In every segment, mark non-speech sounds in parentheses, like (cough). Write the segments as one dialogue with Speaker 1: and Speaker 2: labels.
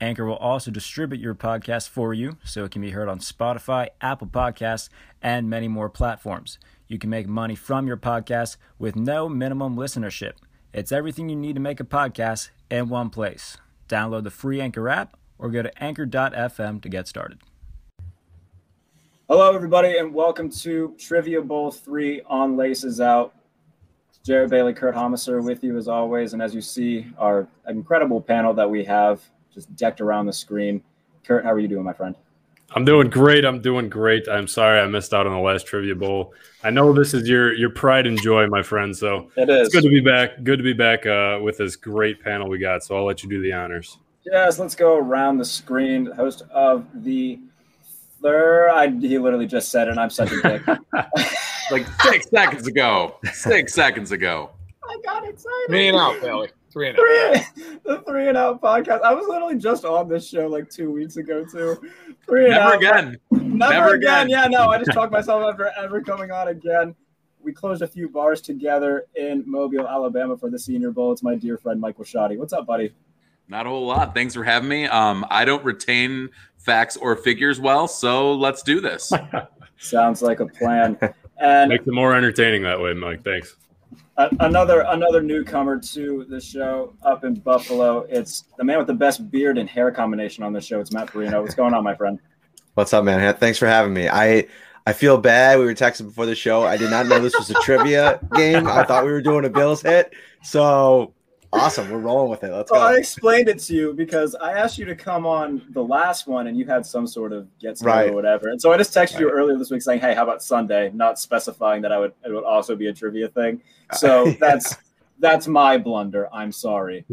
Speaker 1: Anchor will also distribute your podcast for you, so it can be heard on Spotify, Apple Podcasts, and many more platforms. You can make money from your podcast with no minimum listenership. It's everything you need to make a podcast in one place. Download the free Anchor app or go to anchor.fm to get started. Hello, everybody, and welcome to Trivia Bowl 3 on Laces Out. It's Jared Bailey, Kurt Homiser with you as always. And as you see, our incredible panel that we have just decked around the screen. Kurt, how are you doing, my friend?
Speaker 2: I'm doing great. I'm doing great. I'm sorry I missed out on the last trivia bowl. I know this is your your pride and joy, my friend. So
Speaker 1: It
Speaker 2: it's good to be back. Good to be back uh, with this great panel we got. So I'll let you do the honors.
Speaker 1: Yes, let's go around the screen. The host of the third, I, he literally just said it, and I'm such a
Speaker 2: (laughs)
Speaker 1: dick.
Speaker 3: like
Speaker 1: (laughs)
Speaker 3: six seconds ago. Six seconds ago.
Speaker 1: I got excited.
Speaker 4: Three and out, Bailey. Three and out.
Speaker 1: Three, the three and out podcast. I was literally just on this show like two weeks ago too. Three and
Speaker 3: Never
Speaker 1: out.
Speaker 3: again.
Speaker 1: Never,
Speaker 3: Never
Speaker 1: again.
Speaker 3: again.
Speaker 1: Yeah, no, I just talked myself after ever coming on again. We closed a few bars together in Mobile, Alabama for the Senior Bowl. It's my dear friend Michael Shoddy. What's up, buddy?
Speaker 3: Not a whole lot. Thanks for having me. Um, I don't retain facts or figures well, so let's
Speaker 1: (laughs)
Speaker 3: do this.
Speaker 1: Sounds like a
Speaker 3: (laughs)
Speaker 1: plan. And
Speaker 2: Makes it more entertaining that way, Mike. Thanks.
Speaker 1: a- another another newcomer to the show up in Buffalo. It's the man with the best beard and hair combination on the show. It's Matt Perino. What's going on, my friend?
Speaker 5: What's up, man? Ha- Thanks for having me. I I feel bad. We were texting before the show. I did not know this was a trivia game. I thought we were doing a Bills hit. So awesome. We're rolling with it. Let's
Speaker 1: Well, I
Speaker 5: go.
Speaker 1: explained it to you because I asked you to come on the last one and you had some sort of get together
Speaker 5: Right.
Speaker 1: or whatever. And so I just texted you
Speaker 5: Right.
Speaker 1: earlier this week saying, "Hey, how about Sunday?" Not specifying that I would it would also be a trivia thing. So
Speaker 5: Uh, (laughs) Yeah.
Speaker 1: that's that's my blunder. I'm
Speaker 5: (laughs)
Speaker 1: sorry.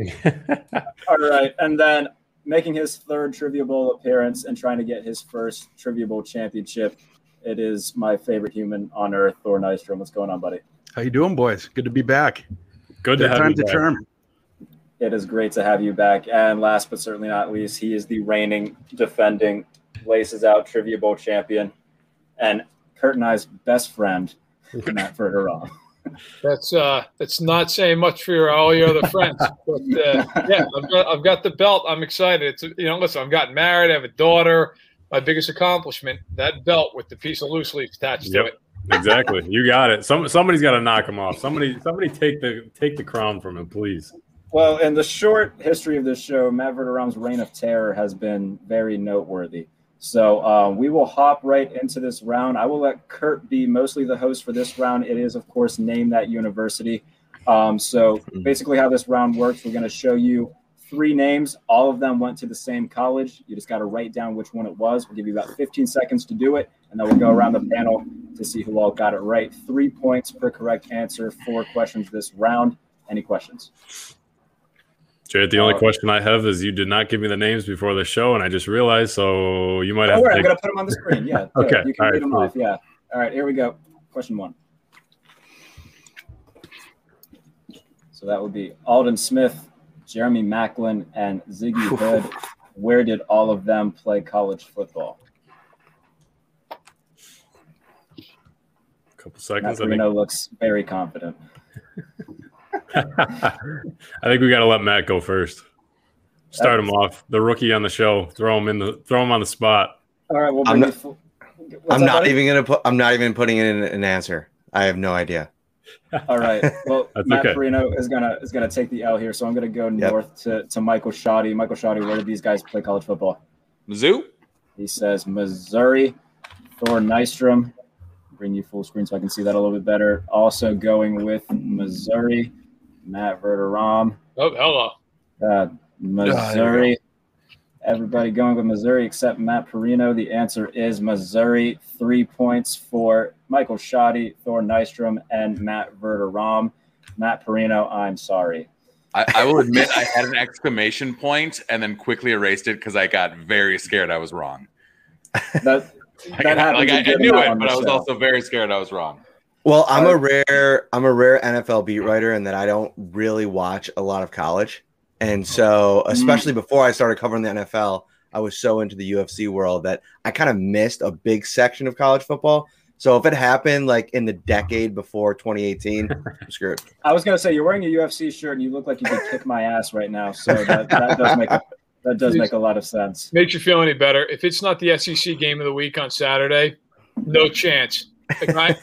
Speaker 1: All right, and then making his third Trivia Bowl appearance and trying to get his first Trivia Bowl championship. It is my favorite human on earth, Thor Nystrom. What's going on, buddy?
Speaker 6: How you doing, boys? Good to be back.
Speaker 2: Good to
Speaker 6: Third
Speaker 2: have you
Speaker 6: time's a
Speaker 2: back.
Speaker 6: (laughs) charm.
Speaker 1: It is great to have you back. And last but certainly not least, he is the reigning, defending, laces out Trivia Bowl champion and Kurt and I's best friend, Matt Verderam.
Speaker 4: That's uh, that's not saying much for your, all your other friends. But uh, yeah, I've got, I've got the belt. I'm excited. It's you know, listen, I've gotten married. I have a daughter. My biggest accomplishment: that belt with the piece of loose leaf attached
Speaker 2: Yep.
Speaker 4: to it.
Speaker 2: Exactly. You got it. Some somebody's got to knock him off. Somebody somebody take the take the crown from him, please.
Speaker 1: Well, in the short history of this show, Matt Verderam's reign of terror has been very noteworthy. So um, we will hop right into this round. I will let Kurt be mostly the host for this round. It is, of course, Name That University. Um, so basically, how this round works, we're going to show you three names. All of them went to the same college. You just got to write down which one it was. We'll give you about 15 seconds to do it, and then we'll go around the panel to see who all got it right. Three points per correct answer, four questions this round. Any questions?
Speaker 2: Jared, the only
Speaker 1: Uh,
Speaker 2: question I have is you did not give me the names before the show, and I just realized. So you might
Speaker 1: Don't
Speaker 2: have
Speaker 1: worry,
Speaker 2: to
Speaker 1: I'm
Speaker 2: take
Speaker 1: gonna put them on the screen.
Speaker 2: (laughs)
Speaker 1: Yeah. do it.
Speaker 2: Okay,
Speaker 1: You can read
Speaker 2: all right,
Speaker 1: them
Speaker 2: cool.
Speaker 1: off. Yeah. All right. Here we go. Question one. So that would be Alden Smith, Jeremy Macklin, and Ziggy Hood. Where did all of them play college football?
Speaker 2: a couple seconds. I think
Speaker 1: Maturino looks very confident.
Speaker 2: I think we got to let Matt go first. Start him off. The rookie on the show. Throw him in the. Throw him on the spot.
Speaker 1: All right. Well,
Speaker 5: I'm
Speaker 1: bring
Speaker 5: not-
Speaker 1: you full- What's
Speaker 5: I'm
Speaker 1: that,
Speaker 5: not
Speaker 1: buddy?
Speaker 5: even gonna put I'm not even putting in an answer. I have no idea.
Speaker 1: All right. Well,
Speaker 2: (laughs) That's
Speaker 1: Matt
Speaker 2: okay.
Speaker 1: Perino is gonna is gonna take the L here, so I'm gonna go
Speaker 5: Yep.
Speaker 1: north to, to Michael Shoddy. Michael Shoddy, where did these guys play college football?
Speaker 3: Mizzou?
Speaker 1: He says Missouri, Thor Nystrom. Bring you full screen so I can see that a little bit better. Also going with Missouri, Matt Verderam.
Speaker 4: Oh, hello.
Speaker 1: Uh, Missouri. Everybody going with Missouri except Matt Perino. The answer is Missouri. Three points for Michael Shoddy, Thor Nystrom, and Matt Verderam. Matt Perino, I'm sorry.
Speaker 3: I, I will admit I had an exclamation point and then quickly erased it because I got very scared I was wrong.
Speaker 1: That,
Speaker 3: Like, I,
Speaker 1: happens in
Speaker 3: I
Speaker 1: Germany
Speaker 3: knew
Speaker 1: now
Speaker 3: it,
Speaker 1: on
Speaker 3: but
Speaker 1: the
Speaker 3: I was
Speaker 1: show.
Speaker 3: also very scared I was wrong.
Speaker 5: Well, I'm a rare I'm a rare NFL
Speaker 1: Mm.
Speaker 5: beat writer in that I don't really watch a lot of college. And so
Speaker 1: Mm.
Speaker 5: especially before I started covering the NFL, I was so into the UFC world that I kind of missed a big section of college football. So if it happened like in the decade before 2018,
Speaker 1: (laughs)
Speaker 5: I'm screwed.
Speaker 1: I was gonna say you're wearing a UFC shirt and you look like you could kick my ass right now. So that, that does make a, that does make a lot of sense.
Speaker 4: Makes you feel any better. If it's not the SEC game of the week on Saturday, no chance. Like I,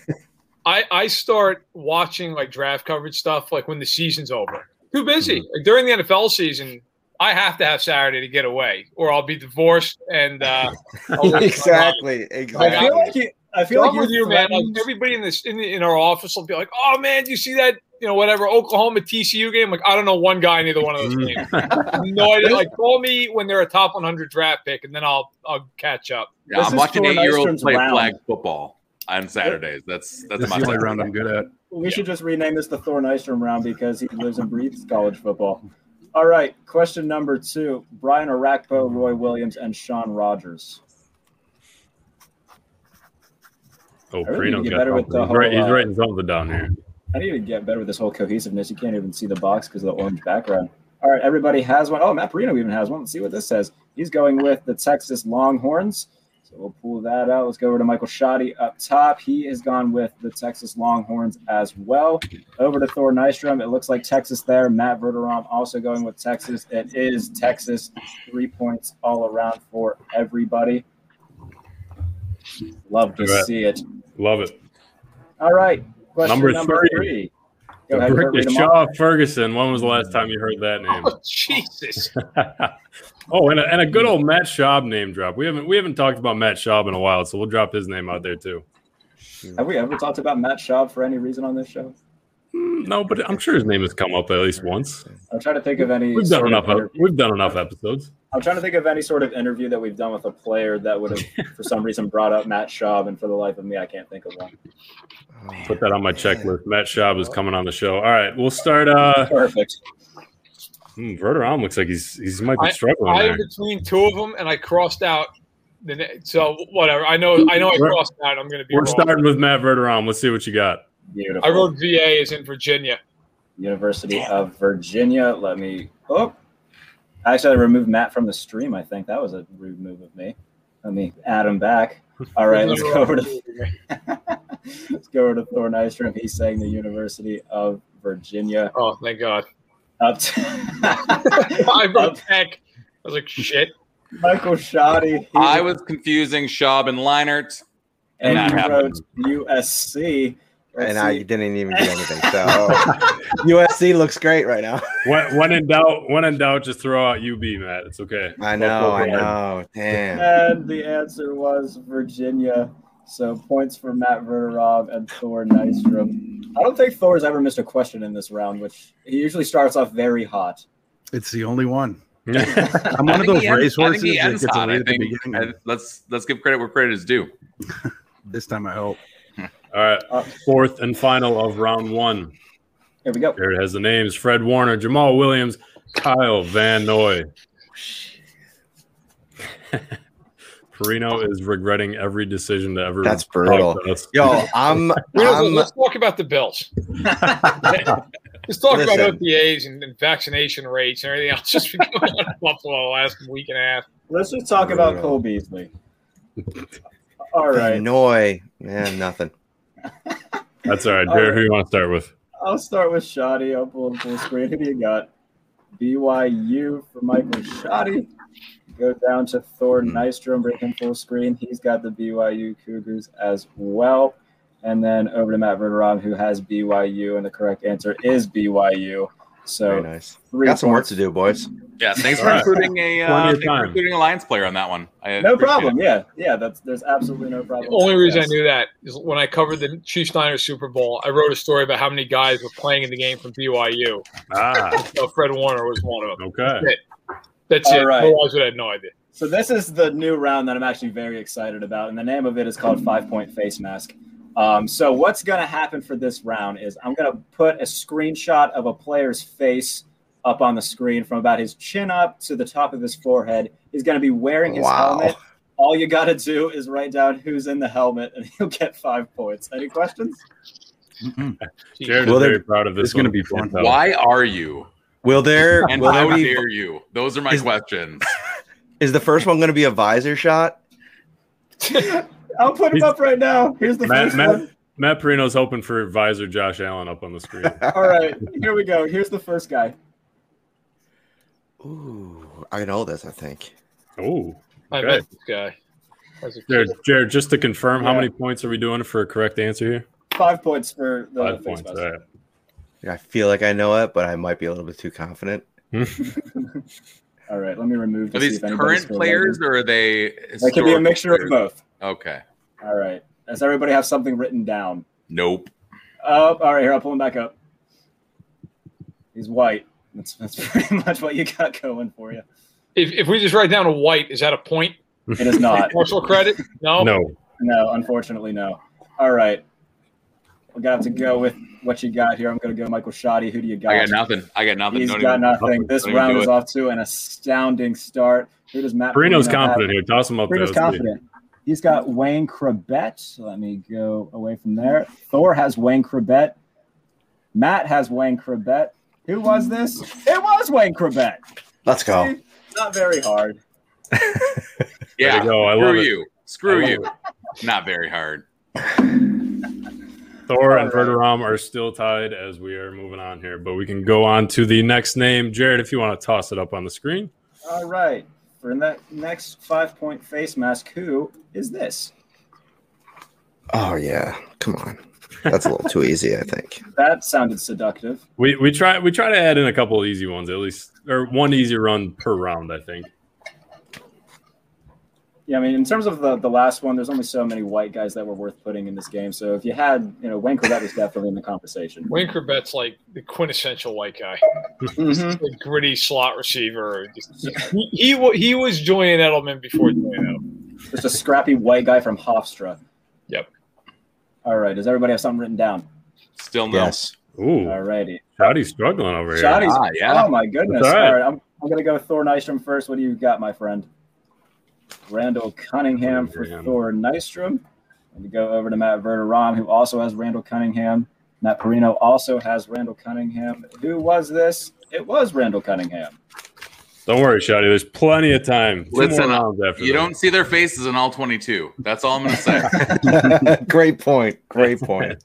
Speaker 4: I, I start watching like draft coverage stuff like when the season's over. Too busy. Like during the NFL season, I have to have Saturday to get away, or I'll be divorced and uh, I'll lose my mind.
Speaker 5: exactly.
Speaker 1: Oh, I feel like
Speaker 5: Exactly.
Speaker 1: you. I feel
Speaker 4: Feel
Speaker 1: like
Speaker 4: I'm with
Speaker 1: you're
Speaker 4: you, man. Like
Speaker 1: threatened-
Speaker 4: everybody in this in, the, in our office will be like, "Oh man, do you see that? You know, whatever Oklahoma TCU game." Like, I don't know one guy in either one of
Speaker 2: Mm.
Speaker 4: those
Speaker 2: (laughs)
Speaker 4: games. no idea. Like, call me when they're a top 100 draft pick, and then I'll I'll catch up.
Speaker 3: Yeah,
Speaker 1: This
Speaker 3: I'm
Speaker 1: is
Speaker 3: watching
Speaker 1: Thor
Speaker 3: eight year olds
Speaker 1: Nystrom's
Speaker 3: play
Speaker 1: round.
Speaker 3: flag football on Saturdays. That's that's
Speaker 6: That's
Speaker 3: my
Speaker 6: the only
Speaker 3: Saturday.
Speaker 6: round I'm good at.
Speaker 1: We should just rename this the Thor Nystrom round because he lives and breathes college football. All right, question number two: Brian Arakpo, Roy Williams, and Sean Rogers.
Speaker 2: Oh,
Speaker 1: I really need to get
Speaker 2: Prino's got
Speaker 1: better with
Speaker 2: something. He's,
Speaker 1: the
Speaker 2: write-
Speaker 1: whole,
Speaker 2: he's
Speaker 1: uh,
Speaker 2: writing something down here.
Speaker 1: I need to get better with this whole cohesiveness. You can't even see the box because of the orange background. All right, everybody has one. Oh, Matt Perino even has one. Let's see what this says. He's going with the Texas Longhorns. So we'll pull that out. Let's go over to Michael Shoddy up top. He has gone with the Texas Longhorns as well. Over to Thor Nystrom. It looks like Texas there. Matt Verderam also going with Texas. It is Texas. Three points all around for everybody. Love to
Speaker 2: All right.
Speaker 1: see it.
Speaker 2: Love it.
Speaker 1: All right. Question number,
Speaker 2: Number
Speaker 1: three.
Speaker 2: three.
Speaker 1: Go ahead, Kurt, read
Speaker 2: Brick
Speaker 1: them off.
Speaker 2: Shaw Ferguson. When was the last time you heard that name? (laughs)
Speaker 4: Oh, (laughs) Jesus!
Speaker 2: oh, and a, and a good old Matt Schaub name drop. We haven't we haven't talked about Matt Schaub in a while, so we'll drop his name out there too.
Speaker 1: Have we ever talked about Matt Schaub for any reason on this show?
Speaker 2: Mm, No, but I'm sure his name has come up at least once.
Speaker 1: I'm trying to think of any.
Speaker 2: We've done
Speaker 1: sort of
Speaker 2: enough.
Speaker 1: inter-
Speaker 2: We've done enough episodes.
Speaker 1: I'm trying to think of any sort of interview that we've done with a player that would
Speaker 2: (laughs)
Speaker 1: have, for some reason, brought up Matt Schaub, and for the life of me, I can't think of one.
Speaker 2: Put that on my checklist. Matt Schaub is coming on the show. All right, we'll start. Uh,
Speaker 1: Perfect.
Speaker 2: hmm, Verderam looks like he's he's might be struggling
Speaker 4: I am
Speaker 2: there.
Speaker 4: between two of them, and I crossed out. The na- so whatever. I know. I know. I
Speaker 2: We're-
Speaker 4: crossed out. I'm going to be
Speaker 2: We're
Speaker 4: wrong.
Speaker 2: starting with Matt Verderam. Let's see what you got.
Speaker 1: Beautiful.
Speaker 4: I wrote VA is in Virginia.
Speaker 1: University of Virginia. Let me. Oh, actually, I removed Matt from the stream. I think that was a rude move of me. Let me add him back. All right, let's go over to let's go over to Thor Nystrom. He's saying the University of Virginia.
Speaker 4: Oh, thank God. (laughs)
Speaker 1: Up to
Speaker 4: I
Speaker 1: (laughs)
Speaker 4: wrote tech. I was like, shit.
Speaker 1: Michael Shoddy. he-
Speaker 3: I was confusing Schaub and Leinert.
Speaker 1: and
Speaker 3: That
Speaker 1: you
Speaker 3: happened.
Speaker 1: wrote USC. Let's
Speaker 5: And I
Speaker 1: see.
Speaker 5: didn't even get anything.
Speaker 1: (laughs)
Speaker 5: So USC looks great right now.
Speaker 2: When, when in doubt, when in doubt, just throw out UB, Matt. It's (laughs) okay.
Speaker 1: Oh,
Speaker 5: I know, I know. Damn.
Speaker 1: and the answer was Virginia. So points for Matt Verderov and Thor Nystrom. I don't think Thor's ever missed a question in this round, which he usually starts off very hot.
Speaker 6: It's the only one.
Speaker 2: yeah,
Speaker 6: I'm
Speaker 3: (laughs)
Speaker 6: one
Speaker 3: I
Speaker 6: of
Speaker 3: think
Speaker 6: those
Speaker 3: he ends- I
Speaker 6: racehorses
Speaker 3: think he
Speaker 6: that
Speaker 3: ends
Speaker 6: gets
Speaker 3: hot.
Speaker 6: away
Speaker 3: I
Speaker 6: at the
Speaker 3: think
Speaker 6: beginning.
Speaker 3: I- let's let's give credit where credit is due.
Speaker 6: This time, I hope.
Speaker 2: All right, fourth and final of round one.
Speaker 1: Uh, Here we go.
Speaker 2: Here it has the names: Fred Warner, Jamal Williams, Kyle Van (laughs) Noy. Perino is regretting every decision to ever.
Speaker 5: That's
Speaker 2: talk
Speaker 5: brutal.
Speaker 2: to us.
Speaker 5: Yo, I'm
Speaker 4: We don't-
Speaker 5: I'm
Speaker 4: let's talk about
Speaker 1: (laughs)
Speaker 4: the bills. let's talk about
Speaker 5: Listen.
Speaker 4: OTAs and, and vaccination rates and everything else (laughs) that's been going on in Buffalo the last week and a half.
Speaker 1: Let's just talk about Cole Beasley. All right.
Speaker 5: Illinois. Man, nothing.
Speaker 2: That's all right.
Speaker 1: All
Speaker 2: Jared,
Speaker 1: right.
Speaker 2: who you want to start with?
Speaker 1: I'll start with Shoddy. I'll pull up full screen. Who do you got? BYU for Michael Shoddy. Go down to Thor
Speaker 5: Hmm.
Speaker 1: Nystrom, bring him full screen. He's got the BYU Cougars as well. And then over to Matt Verderam, who has BYU, and the correct answer is BYU.
Speaker 5: Very
Speaker 1: (laughs) So
Speaker 5: nice.
Speaker 1: three
Speaker 5: Got some work
Speaker 1: points.
Speaker 5: to do, boys.
Speaker 3: Yeah, thanks
Speaker 2: All
Speaker 3: for
Speaker 2: right.
Speaker 3: including a uh,
Speaker 2: Plenty of
Speaker 3: thanks for
Speaker 2: time.
Speaker 3: including a Lions player on that one. I
Speaker 1: No
Speaker 3: appreciate
Speaker 1: problem.
Speaker 3: it.
Speaker 1: Yeah. Yeah. That's there's absolutely no
Speaker 4: The
Speaker 1: problem.
Speaker 4: only reason I
Speaker 1: Yes.
Speaker 4: knew that is when I covered the Chiefs Niners Super Bowl, I wrote a story about how many guys were playing in the game from BYU.
Speaker 2: Ah,
Speaker 4: So Fred Warner was one of them. (laughs)
Speaker 2: okay.
Speaker 4: That's
Speaker 1: All
Speaker 4: it.
Speaker 1: right.
Speaker 4: Otherwise, I had no idea.
Speaker 1: So this is the new round that I'm actually very excited about, and the name of it is called Five Point Face Mask. Um, so what's going to happen for this round is I'm going to put a screenshot of a player's face up on the screen from about his chin up to the top of his forehead. He's going to be wearing his
Speaker 5: Wow.
Speaker 1: helmet, All you got to do is write down who's in the helmet, and (laughs) you'll get five points. Any questions?
Speaker 6: Mhm.
Speaker 2: Jared
Speaker 5: Well,
Speaker 2: is
Speaker 5: there-
Speaker 2: very proud of this.
Speaker 6: it's gonna
Speaker 2: one.
Speaker 6: be fun.
Speaker 2: So,
Speaker 3: Why are you?
Speaker 5: Will there?
Speaker 3: And
Speaker 5: will
Speaker 3: how
Speaker 5: there be?
Speaker 3: dare you? Those are my
Speaker 5: Is-
Speaker 3: questions.
Speaker 5: Is the first one going to be a visor shot?
Speaker 1: I'll put them
Speaker 2: He's-
Speaker 1: up right now. Here's (laughs) the
Speaker 2: Matt,
Speaker 1: first
Speaker 2: Matt,
Speaker 1: one.
Speaker 2: Matt Perino's hoping for advisor Josh Allen up on
Speaker 1: (laughs)
Speaker 2: the screen.
Speaker 1: All right, here we go. Here's the first guy.
Speaker 5: Ooh, I know this. I think.
Speaker 2: oh,
Speaker 4: I
Speaker 2: Okay.
Speaker 4: met this guy. As a kid.
Speaker 2: Jared, Jared, just to confirm, how
Speaker 1: Yeah.
Speaker 2: many points are we doing for a correct answer here?
Speaker 1: Five points for the
Speaker 2: Five
Speaker 1: face
Speaker 2: points.
Speaker 1: mask.
Speaker 2: All right.
Speaker 5: I feel like I know it, but I might be a little bit too confident.
Speaker 1: All right, let me remove. to
Speaker 3: Are
Speaker 1: see
Speaker 3: these
Speaker 1: if anybody's
Speaker 3: current
Speaker 1: still
Speaker 3: players
Speaker 1: there.
Speaker 3: or are they?
Speaker 1: That could be a
Speaker 3: historical
Speaker 1: mixture of
Speaker 3: players?
Speaker 1: both.
Speaker 3: Okay.
Speaker 1: All right. Does everybody have something written down?
Speaker 3: Nope.
Speaker 1: Oh, all right. Here, I'll pull him back up. He's white. That's that's (laughs) pretty much what you got going for you.
Speaker 4: If, if we just write down a white, is that a point?
Speaker 1: It is
Speaker 2: (laughs)
Speaker 1: not.
Speaker 4: Partial credit?
Speaker 1: Oh.
Speaker 4: No.
Speaker 2: No.
Speaker 1: No, unfortunately, no. All right. We're gonna have to go with what you got here. I'm gonna go Michael Shoddy. Who do you got?
Speaker 3: I got nothing. I got nothing.
Speaker 1: He's
Speaker 3: Don't
Speaker 1: got
Speaker 3: even-
Speaker 1: nothing. This
Speaker 3: Don't even
Speaker 1: round
Speaker 3: do
Speaker 1: is
Speaker 3: it.
Speaker 1: off to an astounding start. Who does Matt
Speaker 2: Perino's
Speaker 1: Perino have?
Speaker 2: confident here. Toss him up there.
Speaker 1: Perino's
Speaker 2: Let's see.
Speaker 1: confident. He's got Wayne Krebet. So Let me go away from there. Thor has Wayne Krebet. Matt has Wayne Krebet. Who was this? It was Wayne Krebet.
Speaker 5: Let's go.
Speaker 1: See? Not very hard.
Speaker 2: There
Speaker 3: Yeah.
Speaker 2: you go. I love
Speaker 3: Screw
Speaker 2: it.
Speaker 3: you.
Speaker 2: I
Speaker 3: Screw
Speaker 2: love
Speaker 3: you. Not very hard.
Speaker 2: Thor and
Speaker 1: All right.
Speaker 2: Verderam are still tied as we are moving on here, but we can go on to the next name. Jared, if you want to toss it up on the screen.
Speaker 1: All right. For that next five point face mask, who is this?
Speaker 5: Oh yeah, come on. That's a little too easy. I think.
Speaker 1: That sounded seductive.
Speaker 2: We we try we try to add in a couple of easy ones at least, or one easy run per round. I think.
Speaker 1: Yeah, I mean, in terms of the, the last one, there's only so many white guys that were worth putting in this game. So if you had, you know, Wayne Corbett was definitely in the
Speaker 4: (laughs)
Speaker 1: conversation.
Speaker 4: Winker Bet's like the quintessential white guy,
Speaker 1: Mhm.
Speaker 4: the gritty slot receiver. Just- He, he, wa- he was Julian Edelman before Julian Edelman.
Speaker 1: Just a scrappy white guy from Hofstra.
Speaker 4: Yep.
Speaker 1: All right. Does everybody have something written down?
Speaker 3: Still
Speaker 1: (laughs)
Speaker 3: no.
Speaker 5: Yes.
Speaker 2: Ooh,
Speaker 1: All righty.
Speaker 2: Shotty's struggling over here.
Speaker 1: Shoddy's-
Speaker 3: Ah, yeah.
Speaker 1: Oh, my goodness.
Speaker 2: That's all right.
Speaker 1: All right. I'm, I'm going to go with Thor Nystrom first. What do you got, my friend? Randall Cunningham for
Speaker 2: Cunningham.
Speaker 1: Thor Nystrom. Let me go over to Matt Verderam, who also has Randall Cunningham. Matt Perino also has Randall Cunningham. Who was this? It was Randall Cunningham.
Speaker 2: Don't worry, Shotty. There's plenty of time. Two
Speaker 3: Listen, uh,
Speaker 2: more rounds after
Speaker 3: You
Speaker 2: this.
Speaker 3: don't see their faces in all 22. That's all I'm going to say. (laughs)
Speaker 5: Great point. Great (laughs) point.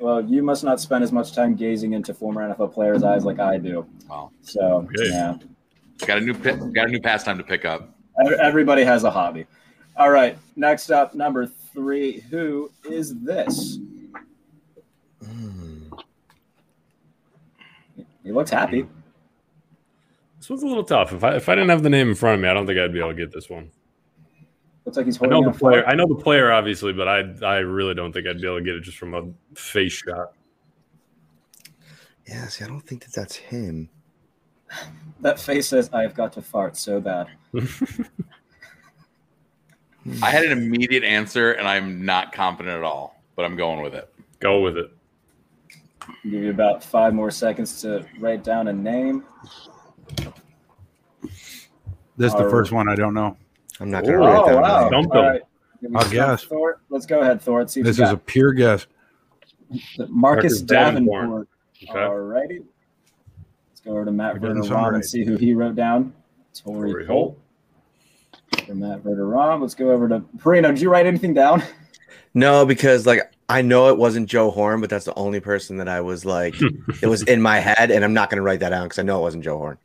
Speaker 1: Well, you must not spend as much time gazing into former NFL players' eyes like I do.
Speaker 3: Wow.
Speaker 1: So,
Speaker 2: Okay.
Speaker 1: yeah,
Speaker 3: got a new pi- got a new pastime to pick up.
Speaker 1: Ev- everybody has a hobby. All right, next up, number three. Who is this?
Speaker 5: Mm.
Speaker 1: He looks happy.
Speaker 2: This one's a little tough. If I if I didn't have the name in front of me, I don't think I'd be able to get this one.
Speaker 1: Looks like he's
Speaker 2: I
Speaker 5: Oh,
Speaker 1: holding
Speaker 2: know
Speaker 1: on
Speaker 2: the
Speaker 1: for it.
Speaker 2: player. I know the player obviously, but I I really don't think I'd be able to get it just from a face shot.
Speaker 5: Yeah. See, I don't think that that's him.
Speaker 1: That face says, "I have got to fart so bad."
Speaker 3: I had an immediate answer, and I'm not confident at all, but I'm going with it.
Speaker 2: Go with it.
Speaker 1: I'll give you about five more seconds to write down a name.
Speaker 6: This is
Speaker 1: All
Speaker 6: the first one I don't know.
Speaker 5: I'm not gonna
Speaker 2: Ooh.
Speaker 5: write
Speaker 1: Oh
Speaker 5: that.
Speaker 1: wow!
Speaker 2: Dump
Speaker 1: All
Speaker 2: him.
Speaker 1: right. Give me
Speaker 6: I'll
Speaker 1: some
Speaker 6: guess.
Speaker 1: Thor. Let's go ahead, Thor. Let's see.
Speaker 6: This is a pure guess.
Speaker 1: Marcus,
Speaker 2: Marcus
Speaker 1: Davenport.
Speaker 2: Davenport.
Speaker 1: Alrighty,
Speaker 2: Okay.
Speaker 1: Let's go over to Matt
Speaker 6: We're doing this one
Speaker 1: Verderam
Speaker 6: right.
Speaker 1: and see who he wrote down. Tori
Speaker 2: Torrey
Speaker 1: Holt
Speaker 2: Holt.
Speaker 1: for Matt Verderam. Let's go over to Perino. Did you write anything down? (laughs)
Speaker 5: No, because like I know it wasn't Joe Horn, but that's the only person that I was like, it was in my head, and I'm not gonna write that down because I know it wasn't Joe Horn.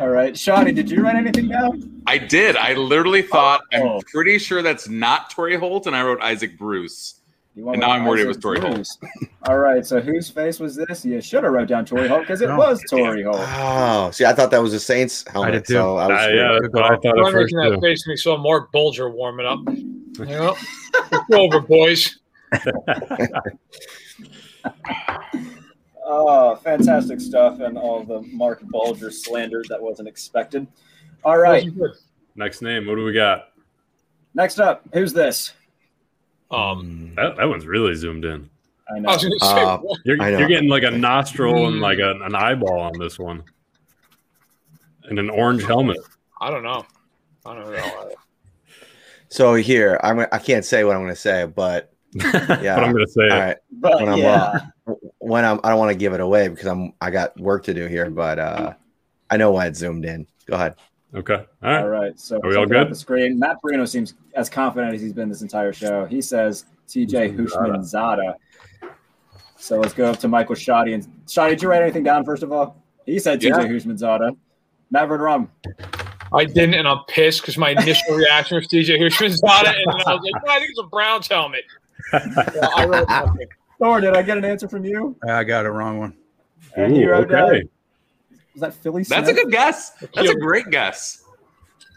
Speaker 1: All right. Shoddy, did you write anything down?
Speaker 3: I did. I literally thought
Speaker 1: Oh.
Speaker 3: I'm pretty sure that's not Tory Holt, and I wrote Isaac Bruce.
Speaker 1: You went
Speaker 3: And now
Speaker 1: with
Speaker 3: I'm worried it was
Speaker 1: Isaac
Speaker 3: Torrey Holt.
Speaker 1: Bruce. All right. So whose face was this? You should have wrote down Tory Holt because it
Speaker 6: No.
Speaker 1: was Tory Holt.
Speaker 5: Oh, see, I thought that was a Saints helmet.
Speaker 6: did too.
Speaker 5: So I was
Speaker 2: Ah,
Speaker 5: screwed.
Speaker 2: yeah, that's what I thought
Speaker 4: I'm
Speaker 2: at first.
Speaker 4: making that
Speaker 2: too.
Speaker 4: face when we saw Mark Bulger warming up. You know, it's over, boys.
Speaker 1: Oh, fantastic stuff and all the Mark Bulger slander that wasn't expected. All right.
Speaker 4: Those are good.
Speaker 2: Next name. What do we got?
Speaker 1: Next up, who's this?
Speaker 4: Um,
Speaker 2: That, that one's really zoomed in.
Speaker 1: I know.
Speaker 4: I was going to say,
Speaker 5: Uh,
Speaker 4: what?
Speaker 2: You're,
Speaker 5: I know.
Speaker 2: you're getting like a nostril and like an, an eyeball on this one, and an orange helmet.
Speaker 4: I don't know. I don't know.
Speaker 5: So here, I'm gonna- I can't say what I'm going to say, but yeah.
Speaker 2: but I'm going to say it.
Speaker 5: all right.
Speaker 1: But
Speaker 5: When I'm
Speaker 1: yeah,
Speaker 5: When I'm, I don't want to give it away because I'm, I got work to do here, but uh, I know why it zoomed in. Go ahead.
Speaker 2: Okay. All right.
Speaker 1: (laughs) All right. So
Speaker 2: Are we all
Speaker 1: something off
Speaker 2: good?
Speaker 1: The screen. Matt Perino seems as confident as he's been this entire show. He says TJ Hushman Zada. So let's go up to Michael Shoddy. And Shoddy, did you write anything down first of all? He said TJ
Speaker 3: Yeah.
Speaker 1: Hushman Zada. Matt Verderam.
Speaker 4: I didn't, and I'm pissed because my initial reaction was TJ Hushmanzada, and I was like, "No, I think it's a Browns helmet. Yeah, I wrote nothing.
Speaker 1: (laughs) Thor, did I get an answer from you?
Speaker 6: I got a wrong one.
Speaker 1: And he
Speaker 2: Ooh,
Speaker 1: wrote down-
Speaker 2: okay.
Speaker 1: was that Philly Smith?
Speaker 3: That's a good guess. That's a great guess.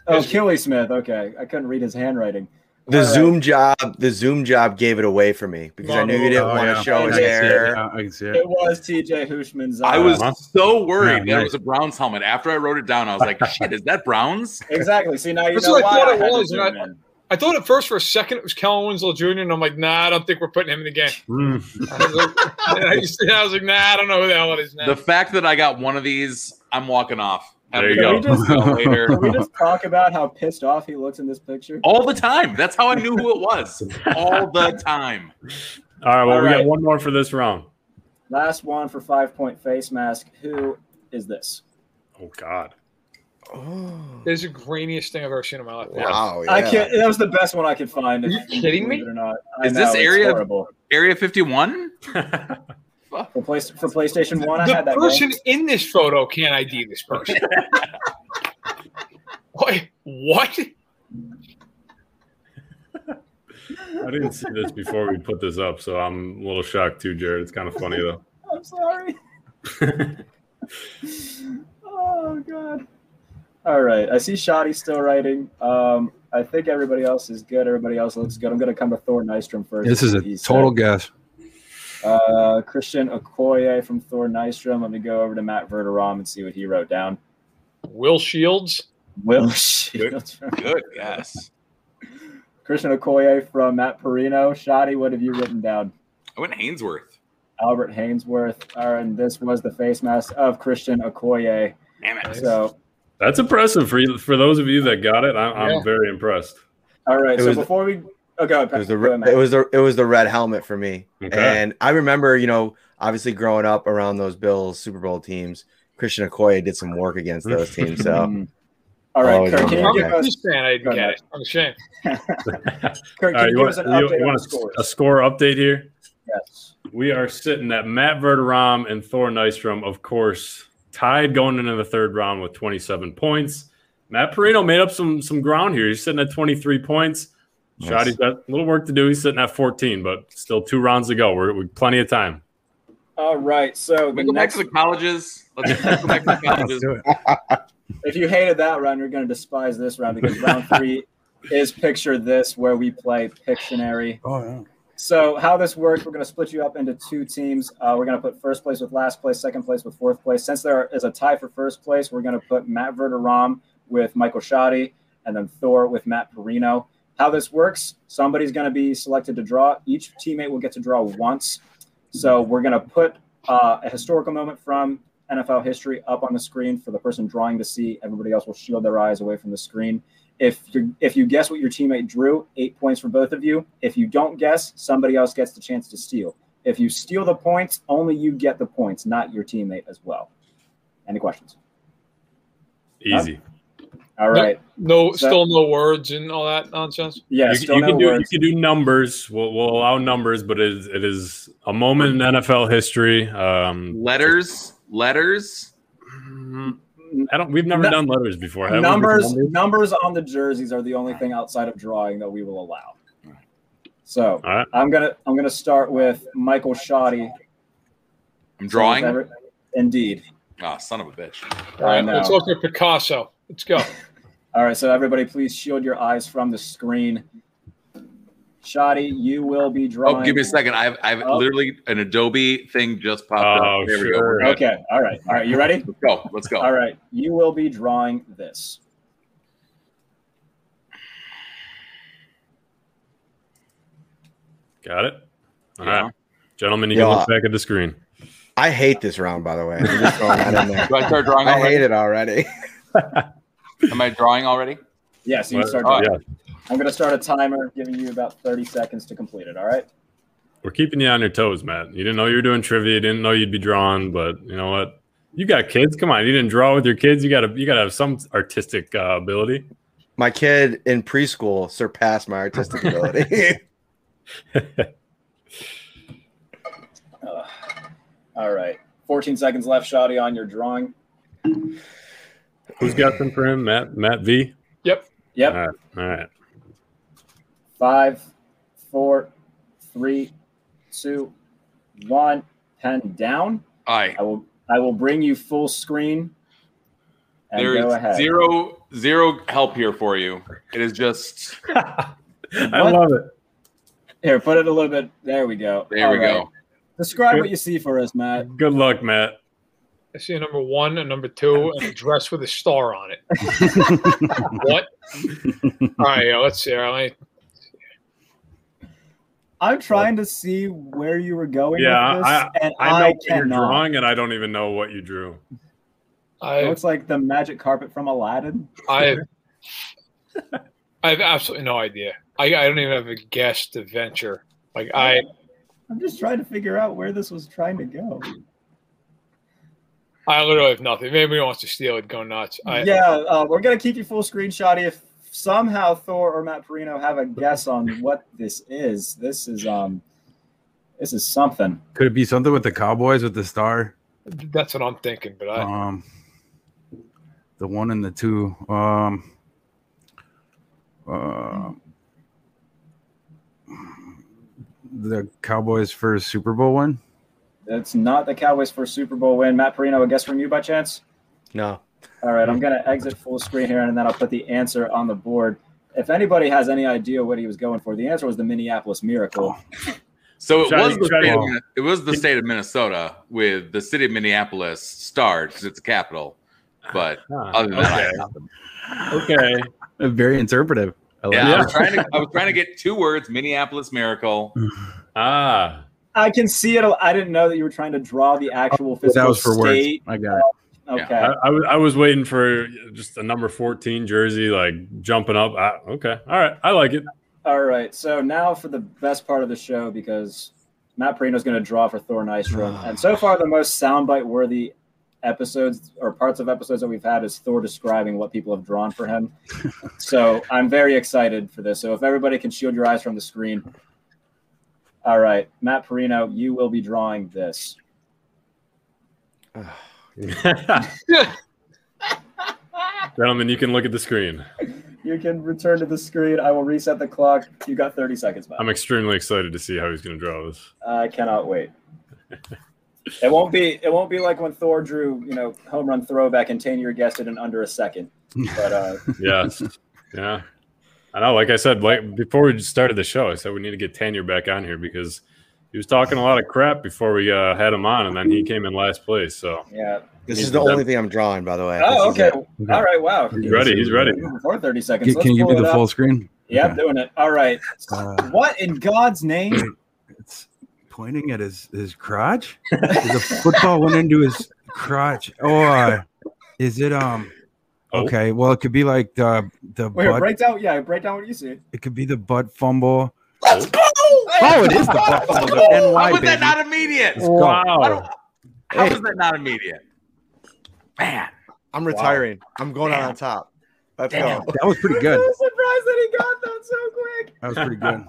Speaker 1: Oh, Killy Smith. Okay. I couldn't read his handwriting.
Speaker 5: The
Speaker 1: All right.
Speaker 5: Zoom job, the Zoom job gave it away for me because I knew you didn't
Speaker 6: Oh,
Speaker 5: want to
Speaker 6: yeah.
Speaker 5: show
Speaker 6: I
Speaker 5: his
Speaker 6: can see it
Speaker 5: hair.
Speaker 6: now. I can see it.
Speaker 1: It was TJ Hushman
Speaker 4: uh,
Speaker 1: Zada.
Speaker 3: I was
Speaker 2: Uh-huh.
Speaker 3: so worried
Speaker 6: Yeah,
Speaker 3: that
Speaker 6: nice.
Speaker 3: it was a Browns helmet. After I wrote it down, I was like, "Shit, is that Browns?"
Speaker 1: Exactly. See, now you
Speaker 4: That's
Speaker 1: know
Speaker 4: what I
Speaker 1: why
Speaker 4: thought
Speaker 1: I
Speaker 4: it
Speaker 1: had to
Speaker 4: was,
Speaker 1: zoom
Speaker 4: and I-
Speaker 1: in.
Speaker 4: I thought at first for a second it was Kellen Winslow Jr., and I'm like, nah, I don't think we're putting him in the game.
Speaker 2: Hmm.
Speaker 6: Mm.
Speaker 4: I was like, (laughs) and I used to- I was like, nah, I don't know who the hell it is now.
Speaker 3: The fact that I got one of these, I'm walking off. Have
Speaker 2: There
Speaker 3: a
Speaker 2: you
Speaker 3: good
Speaker 1: go.
Speaker 3: one. See you later.
Speaker 1: Can we
Speaker 3: (laughs)
Speaker 1: just talk about how pissed off he looks in this picture?
Speaker 3: All the time. That's how I knew who it was. All the time.
Speaker 2: All right. Well,
Speaker 1: All
Speaker 2: we
Speaker 1: right.
Speaker 2: got one more for this round.
Speaker 1: Last one for five point face mask. Who is this?
Speaker 2: Oh God. (laughs)
Speaker 4: This is the grainiest thing I've ever seen in my life.
Speaker 5: Oh, Wow.
Speaker 1: I
Speaker 5: yeah.
Speaker 1: can't. That was the best one I could find.
Speaker 4: Are you kidding me?
Speaker 1: Believe it Or not.
Speaker 3: Is
Speaker 1: I
Speaker 3: this
Speaker 1: know,
Speaker 3: area-
Speaker 1: It's horrible.
Speaker 3: Area 51.
Speaker 1: For, play, for PlayStation One, I had
Speaker 4: The
Speaker 1: that.
Speaker 4: person
Speaker 1: game.
Speaker 4: in this photo can't ID this person.
Speaker 1: (laughs)
Speaker 4: Wait, what?
Speaker 2: I didn't see
Speaker 1: (laughs)
Speaker 2: this before we put this up, so I'm a little shocked too, Jared. It's kind of funny though.
Speaker 1: I'm sorry. (laughs) oh god. All right. I see Shoddy still writing. Um, I think everybody else is good. Everybody else looks good. I'm gonna come to Thor Nystrom first.
Speaker 6: (laughs) This is a
Speaker 1: He said-
Speaker 6: total guess.
Speaker 1: Uh, Christian Okoye from Thor Nystrom. Let me go over to Matt Verderam and see what he wrote down.
Speaker 4: Will Shields?
Speaker 1: Will Shields. from- (laughs)
Speaker 3: Good guess.
Speaker 1: Christian Okoye from Matt Perino. Shoddy, what have you written down?
Speaker 3: I went Hainsworth.
Speaker 1: Albert Hainsworth. All right, and this was the face mask of Christian Okoye.
Speaker 3: Damn it.
Speaker 1: So,
Speaker 2: That's impressive for you, for those of you that got it. I'm,
Speaker 4: Yeah.
Speaker 2: I'm very impressed.
Speaker 1: all right.
Speaker 5: It
Speaker 1: so
Speaker 5: was-
Speaker 1: before we oh, go,
Speaker 5: It was the
Speaker 1: go
Speaker 5: re-
Speaker 1: ahead, Matt.
Speaker 5: it was the it was the red helmet for me,
Speaker 2: Okay.
Speaker 5: and I remember you know obviously growing up around those Bills Super Bowl teams. Christian Okoye did some work against those
Speaker 1: (laughs)
Speaker 5: teams, so
Speaker 1: Mm. All right,
Speaker 5: Oh,
Speaker 1: Kirk, can
Speaker 5: yeah.
Speaker 1: you
Speaker 4: I'm
Speaker 1: give
Speaker 4: a
Speaker 1: us,
Speaker 4: Chiefs fan. I
Speaker 1: Go
Speaker 4: didn't get
Speaker 1: ahead.
Speaker 4: it. I'm ashamed.
Speaker 1: Kirk,
Speaker 2: All
Speaker 1: can you
Speaker 2: right, you
Speaker 1: give
Speaker 2: want,
Speaker 1: us an
Speaker 2: you-
Speaker 1: update
Speaker 2: you
Speaker 1: on
Speaker 2: want
Speaker 1: the
Speaker 2: a,
Speaker 1: scores?
Speaker 2: a score update here?
Speaker 1: Yes.
Speaker 2: We are sitting at Matt Verderam and Thor Nystrom, of course, tied going into the third round with 27 points. Matt Perino made up some some ground here. He's sitting at 23 points.
Speaker 5: Nice.
Speaker 2: Shoddy's got a little work to do. He's sitting at 14, but still two rounds to go. We're, we plenty of time.
Speaker 1: All right. So the
Speaker 3: We go back
Speaker 1: next,
Speaker 3: to the colleges. Let's let's go
Speaker 2: (laughs)
Speaker 3: back to the
Speaker 6: Let's
Speaker 3: colleges.
Speaker 6: do it.
Speaker 1: if you hated that round, you're going to despise this round because (laughs) round three is picture this, where we play Pictionary.
Speaker 6: Oh, yeah.
Speaker 1: So how this works, we're going to split you up into two teams. Uh, we're going to put first place with last place, second place with fourth place. Since there is a tie for first place, we're going to put Matt Verderam with Michael Shoddy and then Thor with Matt Perino. How this works, somebody's going to be selected to draw. Each teammate will get to draw once. So we're going to put uh, a historical moment from NFL history up on the screen for the person drawing to see. Everybody else will shield their eyes away from the screen. If you if you guess what your teammate drew, eight points for both of you. If you don't guess, somebody else gets the chance to steal. If you steal the points, only you get the points, not your teammate as well. Any questions?
Speaker 2: Easy.
Speaker 1: All right.
Speaker 4: No,
Speaker 1: So-
Speaker 4: still no words and all that nonsense.
Speaker 1: Yeah,
Speaker 2: you,
Speaker 1: still
Speaker 2: you
Speaker 1: no
Speaker 2: can do,
Speaker 1: words.
Speaker 2: you can do numbers. We'll, we'll allow numbers, but it is, it is a moment in NFL history. Um,
Speaker 3: Letters, letters.
Speaker 2: I don't. We've never
Speaker 1: Nu-
Speaker 2: done letters before. have we?
Speaker 1: numbers numbers on the jerseys are the only thing outside of drawing that we will allow. So
Speaker 2: All right.
Speaker 1: I'm gonna I'm gonna start with Michael Shoddy.
Speaker 3: I'm drawing.
Speaker 1: Ever- Indeed.
Speaker 3: Oh, son of a bitch.
Speaker 4: All right,
Speaker 1: know.
Speaker 4: let's look at Picasso.
Speaker 1: (laughs)
Speaker 4: Let's go.
Speaker 1: All right, so everybody, please shield your eyes from the screen. Shoddy, you will be drawing.
Speaker 3: Oh, give me a second. I've I've
Speaker 1: Oh.
Speaker 3: literally an Adobe thing just popped
Speaker 2: Oh,
Speaker 3: up. There we go. Oh.
Speaker 2: sure.
Speaker 3: We're good.
Speaker 1: Okay, all right, all right. You ready?
Speaker 3: Let's go. Let's go.
Speaker 1: All right, you will be drawing this.
Speaker 2: Got it. All right,
Speaker 3: Yeah.
Speaker 2: gentlemen, you
Speaker 5: Yeah.
Speaker 2: can look back at the screen.
Speaker 5: I hate this round. By the way, I'm just throwing that in
Speaker 3: (laughs)
Speaker 5: there.
Speaker 3: Do I start drawing
Speaker 5: I
Speaker 3: already?
Speaker 5: hate it already.
Speaker 3: Am I drawing already?
Speaker 1: Yes, you
Speaker 2: What?
Speaker 1: start
Speaker 3: Oh,
Speaker 1: drawing.
Speaker 2: yeah.
Speaker 1: I'm going to start a timer, giving you about 30 seconds to complete it. All right.
Speaker 2: We're keeping you on your toes, Matt. You didn't know you were doing trivia. You didn't know you'd be drawing, but you know what? You got kids. Come on, you didn't draw with your kids. You gotta, you gotta have some artistic uh, ability.
Speaker 5: My kid in preschool surpassed my artistic ability.
Speaker 1: Uh, all right. 14 seconds left, Shoddy, on your drawing.
Speaker 2: Who's got them for him, Matt? Matt V.
Speaker 1: Yep.
Speaker 2: All right, all right.
Speaker 1: Five, four, three, two, one. Pen down.
Speaker 3: All right.
Speaker 1: I will. I will bring you full screen. And
Speaker 3: There
Speaker 1: go
Speaker 3: is
Speaker 1: ahead.
Speaker 3: zero zero help here for you. It is just
Speaker 2: I love it.
Speaker 1: Here, put it a little bit. There we go.
Speaker 3: there
Speaker 1: All
Speaker 3: we
Speaker 1: right.
Speaker 3: go.
Speaker 1: Describe what you see for us, Matt.
Speaker 2: Good luck, Matt.
Speaker 4: I see a number one, a number two, and a dress with a star on it.
Speaker 1: (laughs)
Speaker 4: what? All right, yeah, let's see. All right,
Speaker 1: I'm trying to see where you were going
Speaker 2: Yeah,
Speaker 1: with this,
Speaker 2: I-
Speaker 1: and
Speaker 2: I
Speaker 1: I,
Speaker 2: know what you're
Speaker 1: cannot.
Speaker 2: drawing, and I don't even know what you drew.
Speaker 4: I,
Speaker 1: It
Speaker 4: I,
Speaker 1: looks like the magic carpet from Aladdin.
Speaker 4: I, have absolutely no idea. I, I don't even have a guess to venture. Like I,
Speaker 1: I'm just trying to figure out where this was trying to go.
Speaker 4: I literally have nothing. Maybe he wants to steal it, go nuts. I,
Speaker 1: yeah, uh, we're gonna keep you full screen, Shoddy. If somehow Thor or Matt Perino have a guess on what this is, this is um, this is something.
Speaker 6: Could it be something with the Cowboys with the star?
Speaker 4: that's what I'm thinking. But
Speaker 2: Uh-huh.
Speaker 4: I,
Speaker 6: Um, the one and the two. Um, uh, the Cowboys' first Super Bowl win.
Speaker 1: It's not the Cowboys for Super Bowl win. Matt Perino, a guess from you by chance?
Speaker 5: no.
Speaker 1: All right, I'm gonna exit full screen here, and then I'll put the answer on the board. If anybody has any idea what he was going for, the answer was the Minneapolis Miracle.
Speaker 6: Oh.
Speaker 3: So it
Speaker 2: Shiny,
Speaker 3: was the
Speaker 2: shiny.
Speaker 3: state of, Min- it was the state of Minnesota with the city of Minneapolis starred because it's a capital. But
Speaker 2: Ah,
Speaker 3: other than that, I
Speaker 2: okay.
Speaker 3: had nothing.
Speaker 2: okay.
Speaker 6: Very interpretive. I like
Speaker 3: yeah, I
Speaker 6: it.
Speaker 3: was trying to I was trying to get two words: Minneapolis miracle.
Speaker 2: (laughs) Ah,
Speaker 1: I can see it. I didn't know that you were trying to draw the actual physical
Speaker 6: that was for
Speaker 1: state.
Speaker 6: words. I got it.
Speaker 3: Yeah.
Speaker 1: Okay.
Speaker 2: I, I was I was waiting for just a number fourteen jersey, like jumping up. I, okay, all right,
Speaker 1: (laughs)
Speaker 2: I like it.
Speaker 1: All right. So now for the best part of the show because Matt Perino's going to draw for Thor Nystrom. and so far, the most soundbite worthy episodes or parts of episodes that we've had is Thor describing what people have drawn for him. so I'm very excited for this. So if everybody can shield your eyes from the screen. All right. Matt Perino, you will be drawing this.
Speaker 2: Gentlemen, you can look at the screen.
Speaker 1: You can return to the screen. I will reset the clock. You got 30 seconds, Matt.
Speaker 2: I'm extremely excited to see how he's going to draw this.
Speaker 1: I cannot wait. it won't be it won't be like when Thor drew, you know, home run throwback and Tanier guessed it in under a second. But
Speaker 6: (laughs)
Speaker 1: uh, (laughs)
Speaker 2: Yes, yeah. I know. Like I said, like before we started the show, I said we need to get Tanya back on here because he was talking a lot of crap before we uh, had him on, and then he came in last place. So
Speaker 1: yeah.
Speaker 5: This is the only thing I'm drawing, by the way.
Speaker 1: Oh,
Speaker 5: This is
Speaker 1: okay.
Speaker 5: it.
Speaker 1: All right. Wow.
Speaker 2: he's ready. He's ready.
Speaker 1: Before thirty seconds.
Speaker 6: Can,
Speaker 1: Let's
Speaker 6: can you
Speaker 1: pull
Speaker 6: do
Speaker 1: it
Speaker 6: the
Speaker 1: up.
Speaker 6: full screen?
Speaker 1: Yeah, I'm
Speaker 6: Okay.
Speaker 1: doing it. All right.
Speaker 6: Uh,
Speaker 1: What in God's
Speaker 6: (laughs)
Speaker 1: name?
Speaker 6: It's pointing at his his crotch. the football went into his crotch. Oh, uh, is it um?
Speaker 2: Oh.
Speaker 6: Okay, well, it could be like the the
Speaker 1: Wait,
Speaker 6: butt.
Speaker 1: break down. Yeah, break down what you see.
Speaker 6: It could be the butt fumble.
Speaker 3: Let's go!
Speaker 6: Oh, (laughs) it is the butt fumble. The
Speaker 3: How
Speaker 6: NY
Speaker 3: was that
Speaker 6: baby.
Speaker 3: not immediate?
Speaker 6: Let's go.
Speaker 3: I don't-
Speaker 2: Wow.
Speaker 3: How
Speaker 5: Hey.
Speaker 3: was that not immediate? Man,
Speaker 5: I'm retiring. I'm going out on top. Let's
Speaker 3: Damn.
Speaker 5: go.
Speaker 6: That was pretty
Speaker 1: I'm (laughs)
Speaker 6: good.
Speaker 1: surprised that he got that so quick.
Speaker 6: That was pretty (laughs) good.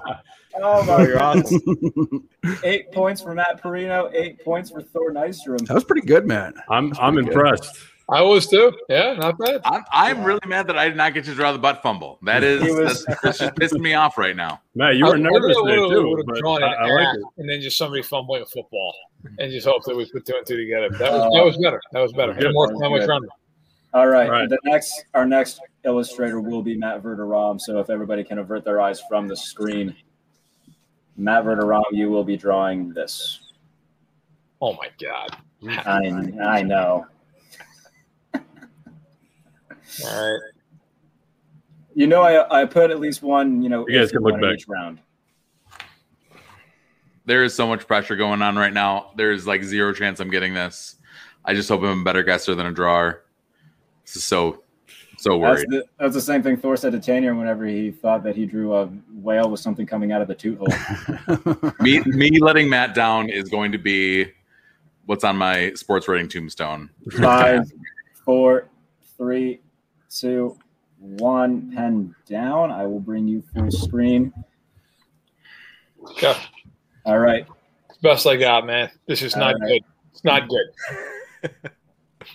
Speaker 1: Oh
Speaker 6: (laughs)
Speaker 5: Oh,
Speaker 1: my
Speaker 5: you're
Speaker 1: God.
Speaker 5: awesome.
Speaker 1: Eight points for Matt Perino. Eight points for Thor Nystrom.
Speaker 6: That was pretty good, man.
Speaker 2: I'm I'm impressed.
Speaker 4: I was too. Yeah, not bad.
Speaker 3: I'm I'm really mad that I did not get to draw the butt fumble. That is
Speaker 1: He was-
Speaker 3: that's, that's just pissing me off right now.
Speaker 2: Matt, you
Speaker 4: I-
Speaker 2: were
Speaker 4: I
Speaker 2: nervous
Speaker 4: literally
Speaker 2: there too.
Speaker 4: would've
Speaker 2: But
Speaker 4: drawn an
Speaker 2: I, I like
Speaker 4: ass
Speaker 2: it.
Speaker 4: And then just somebody fumbling a football, and just hopefully we put two and two together. That was, that was better. That was better.
Speaker 2: Uh, Good.
Speaker 4: More time was
Speaker 1: Good.
Speaker 4: running.
Speaker 1: All right.
Speaker 2: All right.
Speaker 1: The next, our next illustrator will be Matt Verderam. So if everybody can avert their eyes from the screen, Matt Verderam, you will be drawing this.
Speaker 4: Oh my god!
Speaker 1: I I know.
Speaker 4: All right,
Speaker 1: You know, I I put at least one. You know,
Speaker 2: You guys
Speaker 1: if you
Speaker 2: can look
Speaker 1: want in
Speaker 2: back.
Speaker 1: each round.
Speaker 3: There is so much pressure going on right now. There is like zero chance I'm getting this. I just hope I'm a better guesser than a drawer. This is so
Speaker 1: That's
Speaker 3: So worried.
Speaker 1: the, that's the same thing Thor said to Tanya whenever he thought that he drew a whale with something coming out of the toot
Speaker 2: (laughs)
Speaker 1: hole.
Speaker 3: me me letting Matt down is going to be what's on my sports rating tombstone.
Speaker 1: Five, four, three, two, one. Pen down. I will bring you full screen.
Speaker 4: Okay.
Speaker 1: All right.
Speaker 4: It's the best I got, man. This is not
Speaker 1: All right.
Speaker 4: good. It's not good.
Speaker 1: (laughs)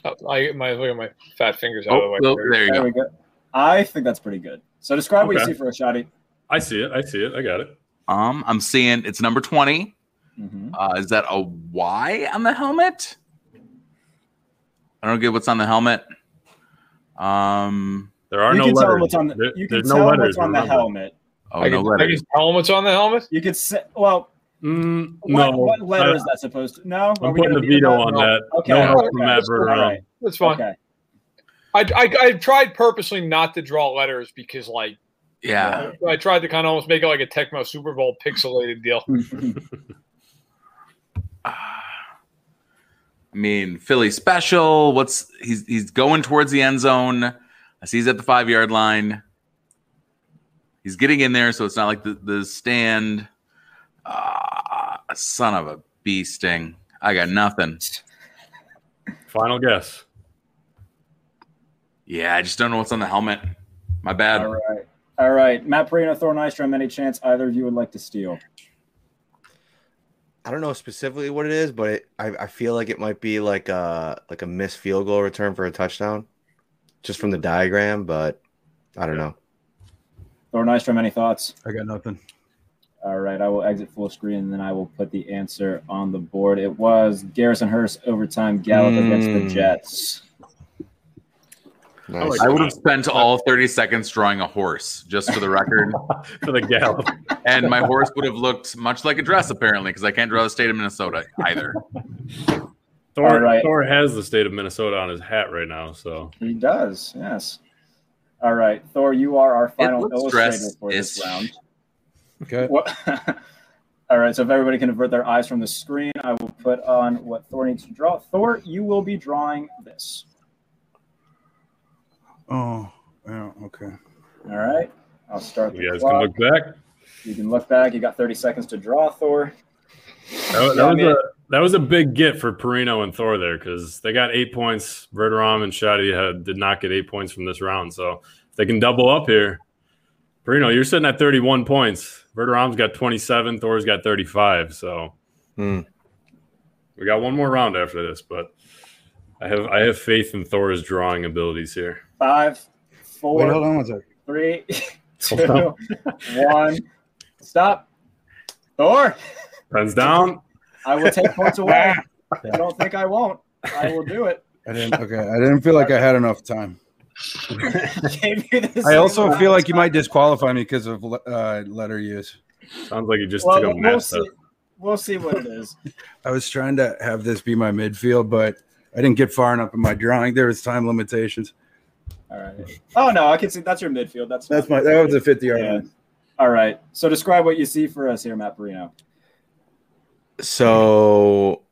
Speaker 4: Uh, I get my look at my fat fingers out of the
Speaker 3: Oh,
Speaker 4: way.
Speaker 3: well, there you
Speaker 1: There
Speaker 3: go.
Speaker 1: we go. I think that's pretty good. So describe what
Speaker 2: Okay.
Speaker 1: you see for a shoddy.
Speaker 2: I see it. I see it. I got it.
Speaker 3: Um, I'm seeing it's number twenty.
Speaker 1: hmm
Speaker 3: Uh, is that a Y on the helmet? I don't get what's on the helmet. Um,
Speaker 2: There are
Speaker 1: you
Speaker 2: no
Speaker 1: can tell
Speaker 2: letters.
Speaker 1: him what's on the,
Speaker 2: There-
Speaker 1: you can
Speaker 2: there's
Speaker 1: tell
Speaker 2: no
Speaker 1: him
Speaker 2: letters.
Speaker 1: what's on the
Speaker 2: remember.
Speaker 1: helmet.
Speaker 3: oh
Speaker 4: I
Speaker 3: no
Speaker 4: can, I
Speaker 3: letters.
Speaker 4: can tell him what's on the helmet.
Speaker 1: You could say, well,
Speaker 2: Mm,
Speaker 1: what,
Speaker 2: no.
Speaker 1: what letter
Speaker 2: I-
Speaker 1: is that supposed to? No, Are
Speaker 2: I'm
Speaker 1: we
Speaker 2: putting the
Speaker 1: gonna beat
Speaker 2: veto
Speaker 1: that? uh,
Speaker 2: on
Speaker 4: No.
Speaker 2: that.
Speaker 1: Okay.
Speaker 2: No help from
Speaker 1: okay.
Speaker 2: Matt
Speaker 1: All
Speaker 2: Verderam.
Speaker 1: right.
Speaker 4: That's fine.
Speaker 1: Okay.
Speaker 4: I, I I tried purposely not to draw letters because like
Speaker 1: (laughs)
Speaker 3: Yeah.
Speaker 4: I tried to kind of almost make it like a Tecmo Super Bowl pixelated deal.
Speaker 3: I mean, Philly special. What's he's he's going towards the end zone. I see he's at the five yard line. He's getting in there, so it's not like the, the stand. Ah, son of a bee sting. I got nothing.
Speaker 2: Final guess.
Speaker 3: Yeah, I just don't know what's on the helmet. My bad.
Speaker 1: All right. All right. Matt Perino, Thor Nystrom, any chance either of you would like to steal?
Speaker 5: I don't know specifically what it is, but it, I, I feel like it might be like a like a missed field goal return for a touchdown, just from the diagram. But I don't know.
Speaker 1: Thor Nystrom, any thoughts?
Speaker 6: I got nothing.
Speaker 1: All right. I will exit full screen and then I will put the answer on the board. It was Garrison Hurst overtime gallop against the
Speaker 5: Mm.
Speaker 1: Jets.
Speaker 5: Nice.
Speaker 3: I would have spent all 30 seconds drawing a horse, just for the record.
Speaker 2: For
Speaker 1: (laughs)
Speaker 2: the gallop.
Speaker 3: and my horse would have looked much like a dress, apparently, because I can't draw the state of Minnesota either.
Speaker 2: Thor,
Speaker 1: All right.
Speaker 2: Thor has the state of Minnesota on his hat right now. So
Speaker 1: He does. Yes. All right. Thor, you are our
Speaker 3: It
Speaker 1: final
Speaker 3: looks
Speaker 1: illustrator
Speaker 3: dress
Speaker 1: for
Speaker 3: is
Speaker 1: this round.
Speaker 6: Okay.
Speaker 1: What- (laughs) All right, so if everybody can avert their eyes from the screen, I will put on what Thor needs to draw. Thor, you will be drawing this.
Speaker 6: Oh, yeah, okay.
Speaker 1: All right, I'll start the
Speaker 2: you guys
Speaker 1: clock.
Speaker 2: can look back.
Speaker 1: You can look back. You got 30 seconds to draw, Thor.
Speaker 2: That, that
Speaker 1: Yeah, I
Speaker 2: was
Speaker 1: mean-
Speaker 2: a that was a big get for Perino and Thor there because they got eight points. Verderam and Shadi had, did not get eight points from this round. So if they can double up here, Perino, you're sitting at 31 points. Verderam's got 27. Thor's got 35. So
Speaker 5: Hmm.
Speaker 2: we got one more round after this, but I have I have faith in Thor's drawing abilities here.
Speaker 1: Five,
Speaker 6: Wait, hold
Speaker 1: four,
Speaker 6: on one sec.
Speaker 1: three, (laughs) two, one. Stop. Thor,
Speaker 2: Pens down.
Speaker 1: I will take points
Speaker 6: (laughs)
Speaker 1: away. I don't think I won't. I will do it.
Speaker 6: I didn't. Okay, I didn't feel like I had enough time.
Speaker 1: (laughs) Gave you the
Speaker 6: I
Speaker 1: same
Speaker 6: also
Speaker 1: amount
Speaker 6: feel
Speaker 1: of
Speaker 6: like you
Speaker 1: time.
Speaker 6: might disqualify me because of le- uh, letter use.
Speaker 2: Sounds like you just
Speaker 1: Well,
Speaker 2: took a
Speaker 1: we'll
Speaker 2: nap.
Speaker 1: see. We'll see what it is.
Speaker 6: I was trying to have this be my midfield, but I didn't get far enough in my drawing. There was time limitations.
Speaker 1: All right. Oh no, I can see that's your midfield. That's
Speaker 6: That's my. That was a fifty yard.
Speaker 1: Yeah. All right. So describe what you see for us here, Matt Perino.
Speaker 5: So,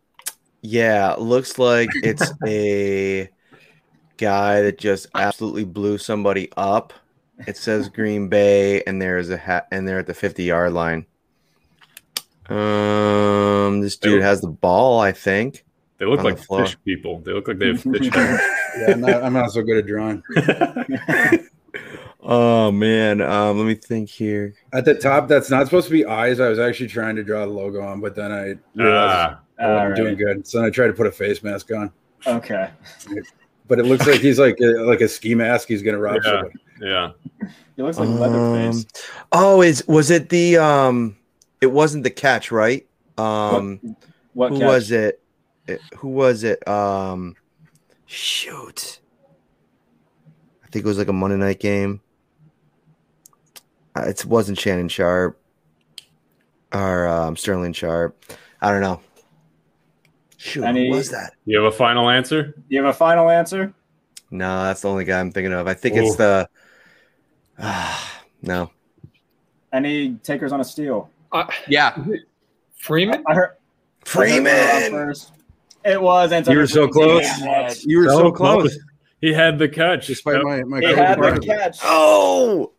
Speaker 5: yeah, looks like (laughs) it's a guy that just absolutely blew somebody up. It says Green Bay, and there is a hat, and they're at the fifty-yard line. Um, this dude has the ball, I think.
Speaker 2: They look
Speaker 5: on the
Speaker 2: like
Speaker 5: floor.
Speaker 2: fish people. They look like they have fish. heads.
Speaker 6: Yeah, I'm not, I'm not so good at drawing.
Speaker 5: Oh man, um, let me think here.
Speaker 6: At the top, that's not supposed to be eyes. I was actually trying to draw the logo on, but then I realized
Speaker 2: Ah,
Speaker 6: I wasn't
Speaker 1: All right.
Speaker 6: Oh, doing good. So then I tried to put a face mask on,
Speaker 1: Okay.
Speaker 6: but it looks like he's like a, like a ski mask. He's gonna rob
Speaker 2: Yeah.
Speaker 6: somebody.
Speaker 2: yeah.
Speaker 1: He looks like Leatherface.
Speaker 5: Um, oh, is was it the um? It wasn't the catch, right? Um,
Speaker 1: What
Speaker 5: who
Speaker 1: catch?
Speaker 5: was it? It- Who was it? Um, shoot, I think it was like a Monday night game. Uh, it wasn't Shannon Sharp or um, Sterling Sharp. I don't know. Shoot,
Speaker 1: Any-
Speaker 5: who was that?
Speaker 2: You have a final answer?
Speaker 1: You have a final answer?
Speaker 5: No, that's the only guy I'm thinking of. I think
Speaker 2: Ooh.
Speaker 5: it's the. (sighs) Ah, no,
Speaker 1: Any takers on a steal?
Speaker 4: Uh,
Speaker 1: (laughs)
Speaker 3: Yeah.
Speaker 4: Freeman.
Speaker 1: I heard I heard Thor up
Speaker 5: Freeman.
Speaker 1: first. It was Antonio.
Speaker 6: You were so
Speaker 1: Freeman.
Speaker 6: close. You were so, close.
Speaker 2: He had the catch.
Speaker 7: Despite
Speaker 2: Yep.
Speaker 7: my my
Speaker 1: He
Speaker 7: COVID
Speaker 1: had the
Speaker 7: protocol.
Speaker 1: catch.
Speaker 5: Oh,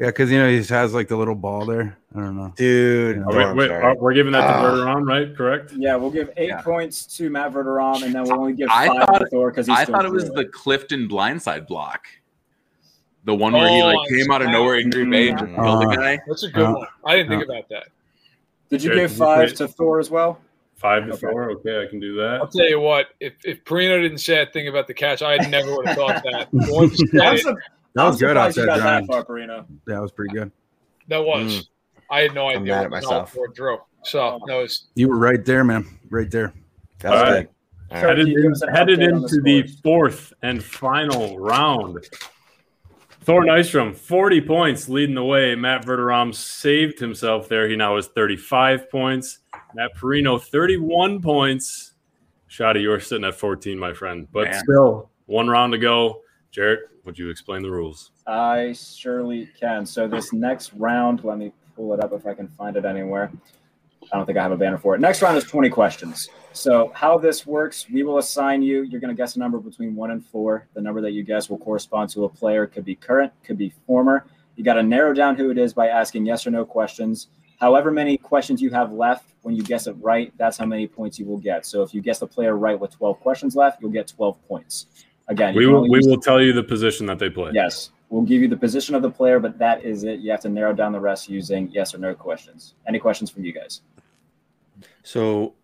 Speaker 6: Yeah, because you know he has like the little ball there. I don't know.
Speaker 5: dude.
Speaker 2: Are
Speaker 5: Oh,
Speaker 2: we,
Speaker 5: I'm
Speaker 2: wait,
Speaker 5: sorry.
Speaker 2: are- we're giving that to
Speaker 5: Ah.
Speaker 2: Bergeron, right? Correct.
Speaker 1: Yeah, we'll give eight
Speaker 3: Yeah.
Speaker 1: points to Matt Verderam, and then we'll only give
Speaker 3: I
Speaker 1: five
Speaker 3: thought-
Speaker 1: to Thor because he's
Speaker 3: I
Speaker 1: still
Speaker 3: thought it was
Speaker 1: zero.
Speaker 3: the Clifton blindside block, the one where he
Speaker 4: Oh,
Speaker 3: like came out of
Speaker 4: yeah.
Speaker 3: nowhere in Green Bay and
Speaker 1: Mm.
Speaker 3: just killed the
Speaker 6: Uh,
Speaker 3: guy.
Speaker 4: That's a good
Speaker 6: Uh,
Speaker 4: one. I didn't think about that.
Speaker 1: Did you
Speaker 2: Okay,
Speaker 1: give
Speaker 2: did you
Speaker 1: five
Speaker 2: put-
Speaker 1: to Thor as well?
Speaker 2: Five to
Speaker 1: Okay.
Speaker 2: four. Okay, I can do
Speaker 4: I'll
Speaker 2: that.
Speaker 4: tell you what. If if Perino didn't say a thing about the catch, I never would have thought
Speaker 3: (laughs)
Speaker 4: that. The one that said
Speaker 1: I'm
Speaker 4: it,
Speaker 1: sur-
Speaker 6: That
Speaker 1: I'm
Speaker 6: was good
Speaker 1: surprised
Speaker 6: outside,
Speaker 1: you got that
Speaker 6: John.
Speaker 1: far, Perino.
Speaker 6: That was pretty good.
Speaker 4: that was.
Speaker 3: Mm.
Speaker 4: I had no idea.
Speaker 5: I'm mad
Speaker 4: what
Speaker 5: at
Speaker 4: Powell
Speaker 5: myself.
Speaker 4: Or Drew. So that was.
Speaker 6: You were right there, man. Right there.
Speaker 5: That was
Speaker 2: All
Speaker 5: good.
Speaker 2: right.
Speaker 5: All right.
Speaker 2: Headed,
Speaker 1: Turkey, give us an
Speaker 2: headed
Speaker 1: update on the
Speaker 2: into the
Speaker 1: scores.
Speaker 2: fourth and final round. Thor Nystrom, 40 points leading the way. Matt Verderam saved himself there. He now has 35 points. Matt Perino, 31 points. Shotty, you're sitting at 14, my friend. But
Speaker 3: Man.
Speaker 2: still, one round to go. Jarrett, would you explain the rules?
Speaker 1: I surely can. So this next round, let me pull it up if I can find it anywhere. I don't think I have a banner for it. Next round is 20 questions. So how this works, we will assign you, you're going to guess a number between 1 and 4. The number that you guess will correspond to a player, could be current, could be former. You got to narrow down who it is by asking yes or no questions. However many questions you have left, when you guess it right, that's how many points you will get. So if you guess the player right with 12 questions left, you'll get 12 points. Again, you
Speaker 2: We
Speaker 1: can
Speaker 2: will
Speaker 1: only
Speaker 2: we
Speaker 1: use-
Speaker 2: will tell you the position that they play.
Speaker 1: Yes. We'll give you the position of the player, but that is it. You have to narrow down the rest using yes or no questions. Any questions from you guys?
Speaker 5: So,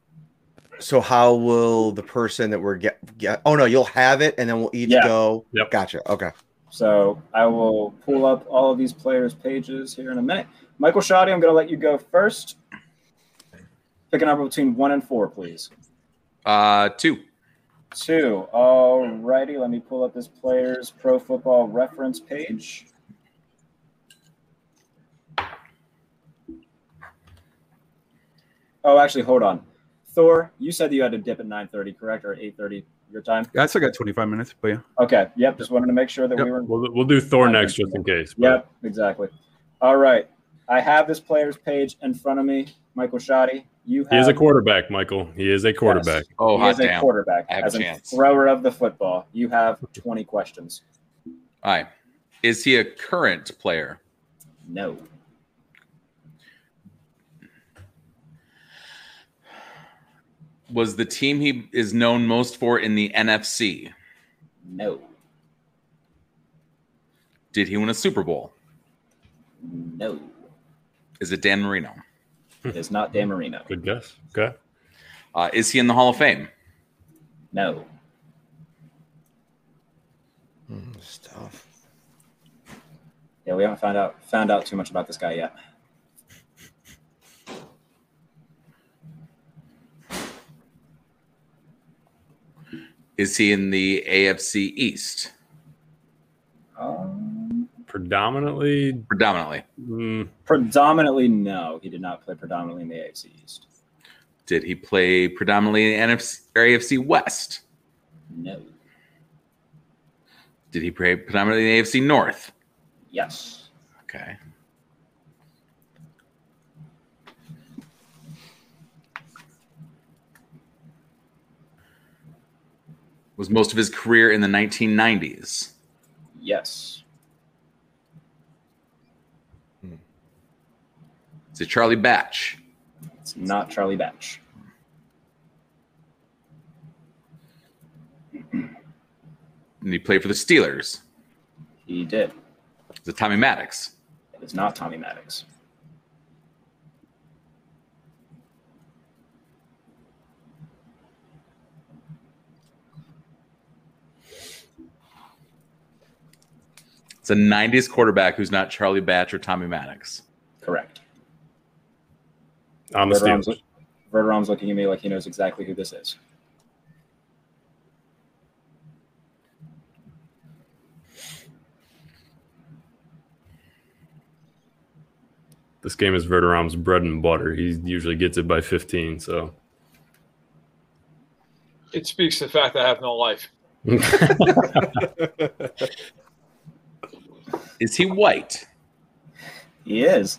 Speaker 5: so how will the person that we're get, get? Oh no, you'll have it, and then we'll each
Speaker 1: Yeah.
Speaker 5: go.
Speaker 2: Yep.
Speaker 5: Gotcha. Okay.
Speaker 1: So I will pull up all of these players' pages here in a minute. Michael Shoddy, I'm going to let you go first. Pick a number between one and four, please.
Speaker 3: Uh, two.
Speaker 1: Two. All righty. Let me pull up this player's pro football reference page. Oh, actually, hold on. Thor, you said that you had to dip at 9.30, correct? Or 8.30 your time?
Speaker 6: I still got 25 minutes, but yeah.
Speaker 1: Okay. Yep. Just wanted to make sure that we were in
Speaker 2: We'll, we'll do Thor next just in case. but-
Speaker 1: Yep, exactly. All right. I have this player's page in front of me, Michael Shoddy. You have
Speaker 2: He is a quarterback, Michael. He is a quarterback.
Speaker 3: Oh,
Speaker 1: he is
Speaker 3: hot
Speaker 1: a
Speaker 3: damn!
Speaker 1: quarterback.
Speaker 3: I have a
Speaker 1: As a
Speaker 3: chance.
Speaker 1: thrower of the football, you have 20 questions.
Speaker 3: All right. Is he a current player?
Speaker 1: No.
Speaker 3: Was the team he is known most for in the NFC?
Speaker 1: No.
Speaker 3: Did he win a Super Bowl?
Speaker 1: No.
Speaker 3: Is it Dan Marino?
Speaker 1: It is not Dan Marino.
Speaker 2: Good guess. Okay.
Speaker 3: Uh, is he in the Hall of Fame?
Speaker 1: No.
Speaker 5: Hmm, Stuff.
Speaker 1: Yeah, we haven't found out found out too much about this guy yet.
Speaker 3: Is he in the AFC East?
Speaker 1: Um,
Speaker 2: Predominantly,
Speaker 3: Predominantly.
Speaker 2: mm,
Speaker 1: predominantly, no. He did not play predominantly in the AFC East.
Speaker 3: Did he play predominantly in NFC or AFC West?
Speaker 1: No.
Speaker 3: Did he play predominantly in the AFC North?
Speaker 1: Yes.
Speaker 3: Okay. Was most of his career in the 1990s?
Speaker 1: Yes.
Speaker 3: Is it Charlie Batch?
Speaker 1: It's not Charlie Batch.
Speaker 3: And he played for the Steelers?
Speaker 1: He did.
Speaker 3: Is it Tommy Maddox?
Speaker 1: It is not Tommy Maddox.
Speaker 3: It's a 90s quarterback who's not Charlie Batch or Tommy Maddox.
Speaker 1: Correct.
Speaker 2: on the
Speaker 1: Verderum's,
Speaker 2: Steelers.
Speaker 1: Verderum's looking at me like he knows exactly who this is.
Speaker 2: This game is Verderam's bread and butter. He usually gets it by 15. So
Speaker 4: It speaks to the fact that I have no life.
Speaker 3: Is he white?
Speaker 1: He is.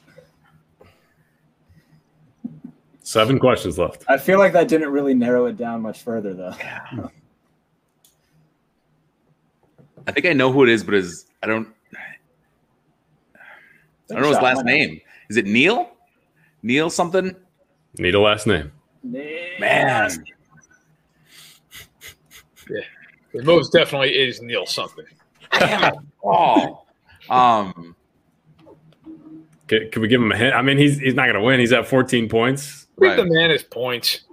Speaker 2: seven questions left.
Speaker 1: I feel like that didn't really narrow it down much further, though.
Speaker 3: I think I know who it is, but is I don't I don't know his last name. Is it Neil? Neil something?
Speaker 2: Need a last name.
Speaker 3: Man,
Speaker 4: It most definitely is Neil something.
Speaker 3: damn (laughs) it, Paul. Oh. Um,
Speaker 2: Can, can we give him a hint? I mean, he's he's not going to win. He's at 14 points.
Speaker 4: Give the
Speaker 3: Right.
Speaker 4: man his points.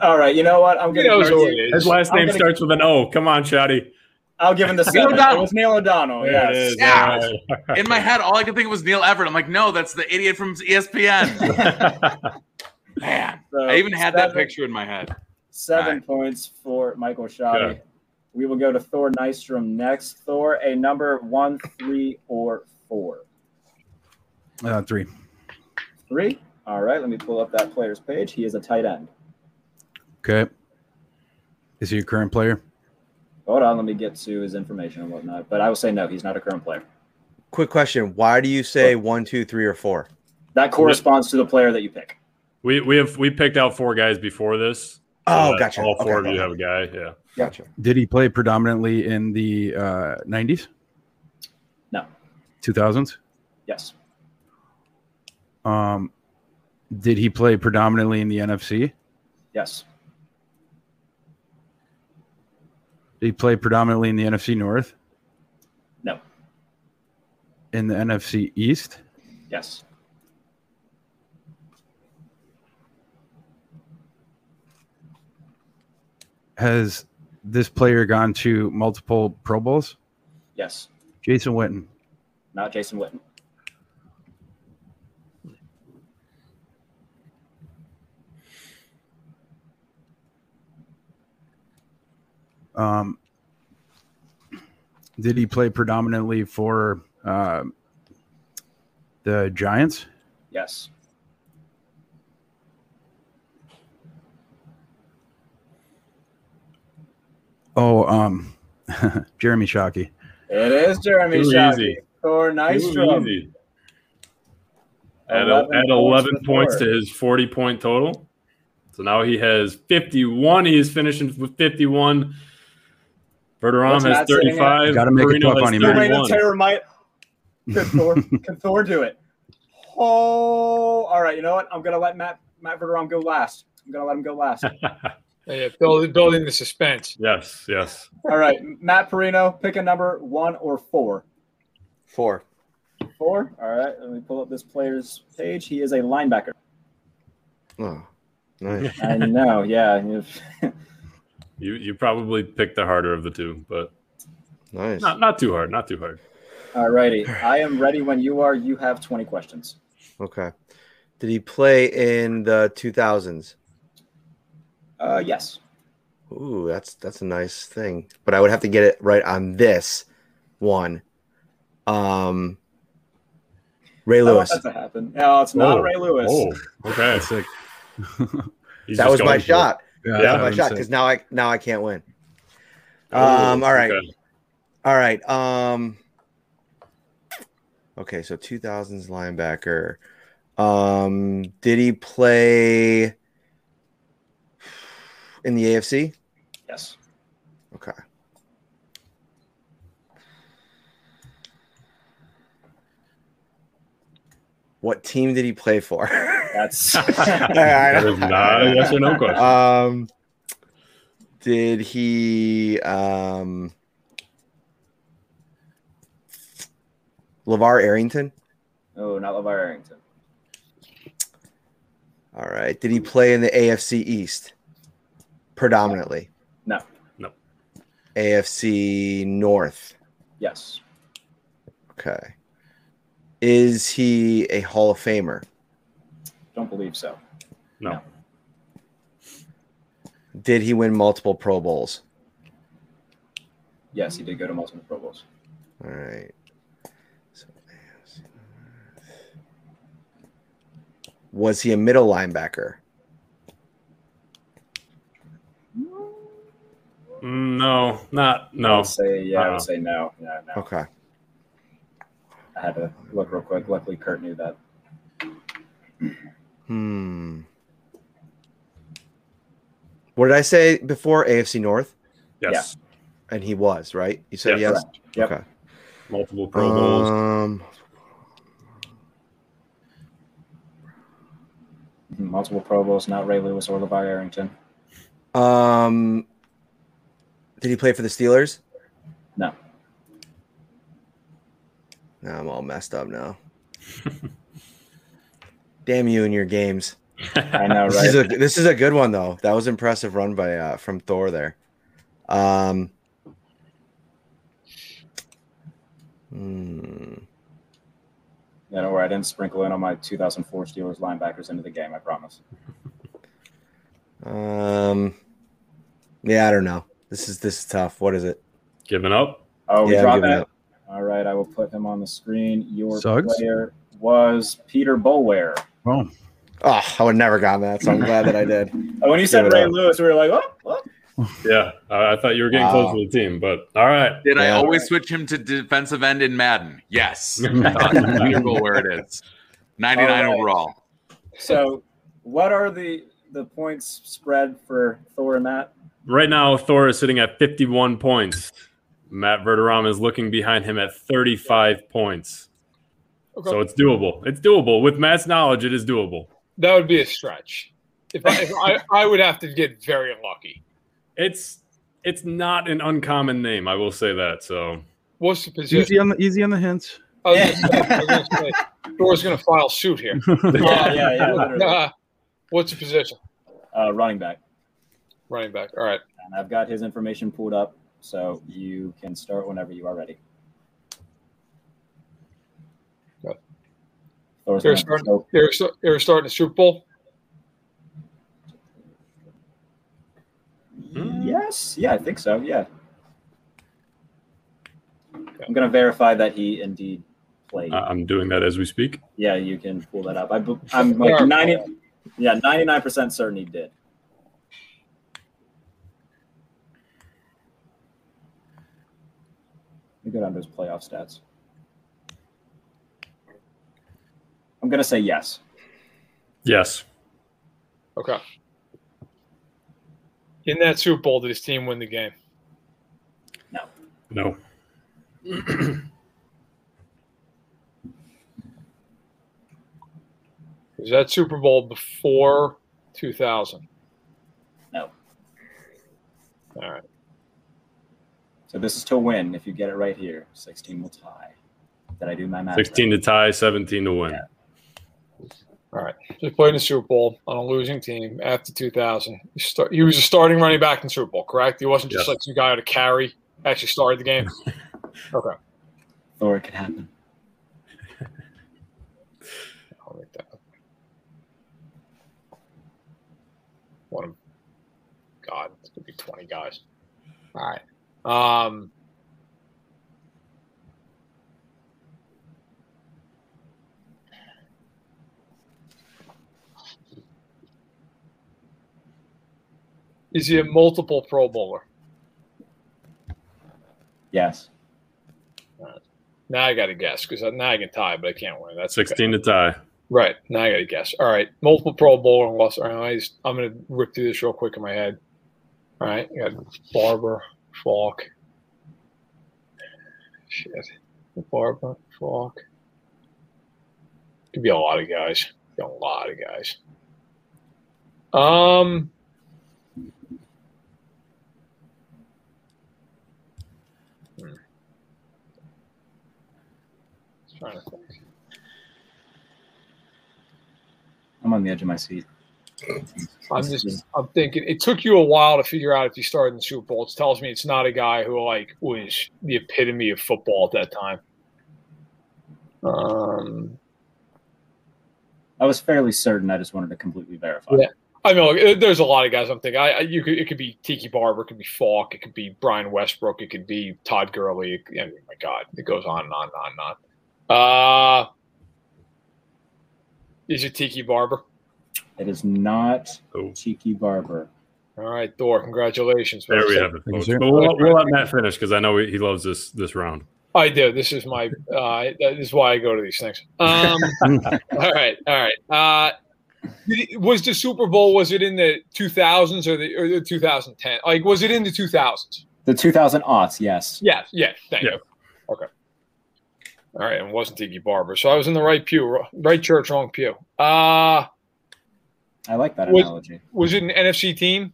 Speaker 1: All right, you know what? I'm
Speaker 4: He
Speaker 1: gonna.
Speaker 4: knows
Speaker 1: give
Speaker 4: who
Speaker 1: it-
Speaker 4: it
Speaker 2: His
Speaker 4: is.
Speaker 2: last
Speaker 1: I'm
Speaker 2: name
Speaker 1: gonna-
Speaker 2: starts with an O. Come on, Shotty.
Speaker 1: I'll
Speaker 4: (laughs)
Speaker 1: give him the seven.
Speaker 3: O'Donnell.
Speaker 1: It was Neil O'Donnell.
Speaker 2: There it
Speaker 1: Yes.
Speaker 2: is.
Speaker 3: Yeah.
Speaker 2: All right.
Speaker 3: in my head, all I could think of was Neil Everett. I'm like, no, that's the idiot from E ESPN. Man,
Speaker 1: So
Speaker 3: I even had that
Speaker 1: seven-
Speaker 3: picture in my head.
Speaker 1: Seven
Speaker 3: Alright.
Speaker 1: points for Michael Schaub.
Speaker 2: Good.
Speaker 1: We will go to Thor Nystrom next. Thor, a number one, three, or four.
Speaker 6: Uh, three.
Speaker 1: Three. All right, let me pull up that player's page. He is a tight end.
Speaker 6: Okay. Is he a current player?
Speaker 1: Hold on, let me get to his information and whatnot. But I will say no, he's not a current player.
Speaker 5: Quick question: Why do you say one, two, three, or four?
Speaker 1: That corresponds to the player that you pick.
Speaker 2: we we have we picked out four guys before this. so
Speaker 5: Oh,
Speaker 2: that
Speaker 5: gotcha.
Speaker 2: All four
Speaker 5: Okay,
Speaker 2: of you
Speaker 5: okay.
Speaker 2: have a guy. Yeah.
Speaker 5: Gotcha.
Speaker 6: Did he play predominantly in the uh, 90s?
Speaker 1: No.
Speaker 6: 2000s?
Speaker 1: Yes.
Speaker 6: Um, did he play predominantly in the NFC?
Speaker 1: Yes.
Speaker 6: Did he play predominantly in the NFC North?
Speaker 1: No.
Speaker 6: In the NFC East?
Speaker 1: Yes.
Speaker 6: Has this player gone to multiple Pro Bowls?
Speaker 1: Yes.
Speaker 6: Jason Witten.
Speaker 1: Not Jason Witten.
Speaker 6: Um, did he play predominantly for uh, the Giants?
Speaker 1: Yes.
Speaker 6: Oh, um, (laughs) Jeremy Shockey.
Speaker 1: It is Jeremy
Speaker 2: Too
Speaker 1: Shockey.
Speaker 2: easy.
Speaker 1: Thor Nystrom.
Speaker 2: Easy. Add, a, add 11 points to his 40 point total. So now he has 51. He is finishing with 51. Verderam
Speaker 1: Let's
Speaker 2: has
Speaker 1: not sitting
Speaker 2: 35.
Speaker 6: Gotta make it
Speaker 2: Marino
Speaker 6: tough
Speaker 2: has
Speaker 6: on him, man.
Speaker 1: Reign of
Speaker 2: 31.
Speaker 1: Terror might. Can Thor, can Thor do it? Oh, all right. You know what? I'm gonna let Matt Matt Verderam go last. I'm gonna let him go last.
Speaker 4: Yeah, building, building the suspense.
Speaker 2: Yes, yes.
Speaker 1: All right, Matt Perino, pick a number one or four.
Speaker 5: Four.
Speaker 1: Four. All right. Let me pull up this player's page. He is a linebacker.
Speaker 5: Oh, nice.
Speaker 2: (laughs)
Speaker 1: I know. (laughs) Yeah. you've-
Speaker 2: You you probably picked the harder of the two, but
Speaker 5: nice.
Speaker 2: not not too hard, not too hard.
Speaker 1: All righty. I am ready when you are. You have 20 questions.
Speaker 5: Okay. Did he play in the 2000s?
Speaker 1: Uh, yes.
Speaker 5: Ooh, that's that's a nice thing. But I would have to get it right on this one. Um, Ray Lewis.
Speaker 1: Oh, that's a happen. No, it's not
Speaker 2: Oh.
Speaker 1: Ray Lewis.
Speaker 2: Oh, okay.
Speaker 6: That's like,
Speaker 2: (laughs) He's
Speaker 5: that
Speaker 2: just
Speaker 5: was my
Speaker 2: going for it.
Speaker 5: shot.
Speaker 6: yeah,
Speaker 5: That was
Speaker 6: I'm
Speaker 5: my shot
Speaker 6: sick.
Speaker 5: because now I now I can't win.
Speaker 2: Oh,
Speaker 5: Um, all right.
Speaker 2: okay.
Speaker 5: All right. Um. Okay, so 2000s linebacker. Um, did he play in the AFC?
Speaker 1: Yes.
Speaker 5: Okay. What team did he play for? (laughs)
Speaker 2: (laughs)
Speaker 1: That's. (laughs)
Speaker 2: That is not a yes or no question.
Speaker 5: (laughs) um, did he um, Lavar Arrington?
Speaker 1: oh, not LeVar Arrington.
Speaker 5: All right. Did he play in the AFC East predominantly?
Speaker 1: No.
Speaker 2: No.
Speaker 5: AFC North.
Speaker 1: Yes.
Speaker 5: Okay. Is he a Hall of Famer?
Speaker 1: Don't believe so.
Speaker 2: no.
Speaker 5: Did he win multiple Pro Bowls?
Speaker 1: Yes, he did go to multiple Pro Bowls.
Speaker 5: All right. So, was he a middle linebacker?
Speaker 2: Mm, No, not
Speaker 1: I
Speaker 2: no.
Speaker 1: would say yeah. I
Speaker 2: Uh-uh.
Speaker 1: would say no. No, no.
Speaker 5: Okay.
Speaker 1: I had to look real quick. Luckily, Kurt knew that.
Speaker 5: Hmm. What did I say before? AFC North.
Speaker 2: Yes.
Speaker 5: and he was right. You said
Speaker 2: Yes.
Speaker 5: yes.
Speaker 1: Yep.
Speaker 5: Okay.
Speaker 2: Multiple Pro Bowls.
Speaker 6: Uh,
Speaker 5: Um,
Speaker 1: Multiple Pro Bowls, not Ray Lewis or Levi Arrington.
Speaker 5: um, did he play for the Steelers?
Speaker 1: No.
Speaker 5: Now I'm all messed up now. (laughs) Damn you and your games.
Speaker 1: I
Speaker 5: (laughs)
Speaker 1: know,
Speaker 5: This is
Speaker 1: right?
Speaker 5: a this is a good one though. That was impressive run by uh, from Thor there. Um. hmm.
Speaker 1: Yeah, don't worry, I didn't sprinkle in all my 2004 Steelers linebackers into the game. I promise.
Speaker 5: Um, yeah, I don't know. This is this is tough. What is it?
Speaker 2: Giving up.
Speaker 1: Oh, we
Speaker 5: yeah, I'm
Speaker 1: dropped
Speaker 5: giving
Speaker 1: that.
Speaker 5: up.
Speaker 1: All right, I will put him on the screen. Your
Speaker 6: Suggs?
Speaker 1: player was Peter Bulware.
Speaker 6: Oh,
Speaker 5: Oh, I would never gotten that, so I'm glad
Speaker 1: (laughs)
Speaker 5: that I did.
Speaker 1: Oh, when you said
Speaker 5: Give it
Speaker 1: Ray
Speaker 5: up.
Speaker 1: Lewis, we were like, oh, what?
Speaker 2: Yeah, I, I thought you were getting
Speaker 5: Wow.
Speaker 2: close to the team, but all right. (laughs)
Speaker 3: Did I
Speaker 5: Yeah.
Speaker 3: always switch him to defensive end in Madden?
Speaker 2: (laughs)
Speaker 3: Yes. Beautiful where it is. 99
Speaker 1: All right.
Speaker 3: overall.
Speaker 1: So, what are the the points spread for Thor and Matt?
Speaker 2: Right now, Thor is sitting at 51 points. Matt Verderame is looking behind him at 35 points.
Speaker 4: Okay.
Speaker 2: So it's doable. It's doable. With Matt's knowledge, it is doable.
Speaker 4: That would be a stretch. If I, if I,
Speaker 1: (laughs)
Speaker 4: I would have to get very lucky.
Speaker 2: It's it's not an uncommon name, I will say that. So
Speaker 4: What's the position?
Speaker 6: easy on the easy on
Speaker 2: (laughs)
Speaker 6: the hints. (laughs)
Speaker 4: I was gonna say- I was gonna say, Thor's going to file suit
Speaker 1: (laughs)
Speaker 4: here.
Speaker 1: Yeah, yeah, yeah. literally.
Speaker 4: Uh, what's the position?
Speaker 1: Uh, running back.
Speaker 4: Running back. All right.
Speaker 1: And I've got his information pulled up, so you can start whenever you are ready.
Speaker 4: Go.
Speaker 1: Thor's
Speaker 4: They're
Speaker 1: gonna
Speaker 4: starting,
Speaker 1: go.
Speaker 4: they're, sta- they're starting the Super Bowl.
Speaker 1: Yes. Yeah, I think so. Yeah. I'm going to verify that he indeed played.
Speaker 2: I- I'm doing that as we speak.
Speaker 1: yeah, you can pull that up. I, bu- I'm like 90, yeah, 99% certain he did. Let me go down to his playoff stats. I'm going to say yes.
Speaker 2: Yes.
Speaker 4: Okay. In that Super Bowl, did his team win the game?
Speaker 2: No.
Speaker 4: Was that Super Bowl before 2000?
Speaker 1: No.
Speaker 4: All right.
Speaker 1: So this is to win. If you get it right here, 16 will tie. Did I do my math?
Speaker 2: 16 to tie, 17 to win.
Speaker 4: So he played in the Super Bowl on a losing team after 2000. He, start, he was a starting running back in the Super Bowl, correct? He wasn't just
Speaker 2: Yes.
Speaker 4: like some guy out of carry, actually started the game. okay.
Speaker 1: right? Or it could happen.
Speaker 4: I'll make that. What a God, it's gonna be twenty guys. All right. Um Is he a multiple Pro Bowler?
Speaker 1: Yes.
Speaker 4: Now I got to guess because now I can tie, but I can't win. That's okay.
Speaker 2: 16 to tie.
Speaker 4: Right. Now I got to guess. All right. Multiple Pro Bowler and lost. All right, I just- I'm going to rip through this real quick in my head. All right. You got Barber, Falk. Shit. Barber, Falk. Could be a lot of guys. Be A lot of guys. Um. hmm. Just Trying to think.
Speaker 1: I'm on the edge of my seat.
Speaker 4: I'm just I'm thinking it took you a while to figure out if you started in the Super Bowl. It tells me it's not a guy who like was the epitome of football at that time. Um,
Speaker 1: I was fairly certain. I just wanted to completely verify.
Speaker 4: Yeah. I mean, look, it- there's a lot of guys. I'm thinking, I, I you could it could be Tiki Barber, it could be Falk, it could be Brian Westbrook, it could be Todd Gurley. It, I mean, my God, it goes on and on and on and on. Uh, is it Tiki Barber?
Speaker 1: It is not
Speaker 2: Oh,
Speaker 1: Tiki Barber.
Speaker 4: All right, Thor, congratulations.
Speaker 2: there we have it.
Speaker 6: Thank
Speaker 2: folks.
Speaker 6: you, sir.
Speaker 2: But we'll, we'll let Matt finish because I know he loves this this round.
Speaker 4: I do. This is my. Uh, this is why I go to these things. Um, all right, all right. Uh, did it- was the Super Bowl? Was it in the 2000s or the or the 2010? Like, was it in the 2000s?
Speaker 1: The 2000 aughts, yes.
Speaker 4: Yeah, yeah. Thank
Speaker 2: Yeah.
Speaker 4: you. Okay. All right, and it wasn't Tiki Barber, so I was in the right pew, right church, wrong pew. Uh
Speaker 1: I like that
Speaker 4: Was-
Speaker 1: analogy.
Speaker 4: was it an NFC team?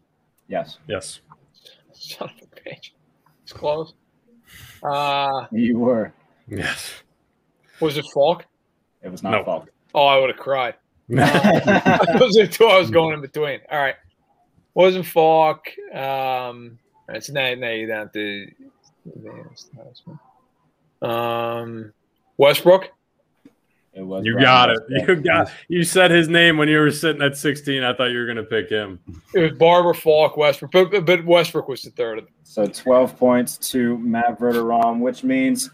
Speaker 1: Yes.
Speaker 2: Yes.
Speaker 4: Son of a bitch. It's close. Uh
Speaker 1: You were.
Speaker 2: Yes.
Speaker 4: was it Falk?
Speaker 1: It was not
Speaker 2: No. (laughs)
Speaker 1: fault.
Speaker 4: Oh, I would have cried.
Speaker 6: (laughs)
Speaker 1: I
Speaker 4: (laughs) Those are the two I was going in between. All right. Wasn't Falk. Um it's now now you down to um Westbrook.
Speaker 1: It was
Speaker 2: You
Speaker 1: Brian
Speaker 2: got it.
Speaker 1: Westbrook.
Speaker 2: You got. You said his name when you were sitting at 16. I thought you were gonna pick him. (laughs)
Speaker 4: It was Barber, Falk, Westbrook, but- but, but Westbrook was the third of them.
Speaker 1: So 12 points to Matt Verderam, which means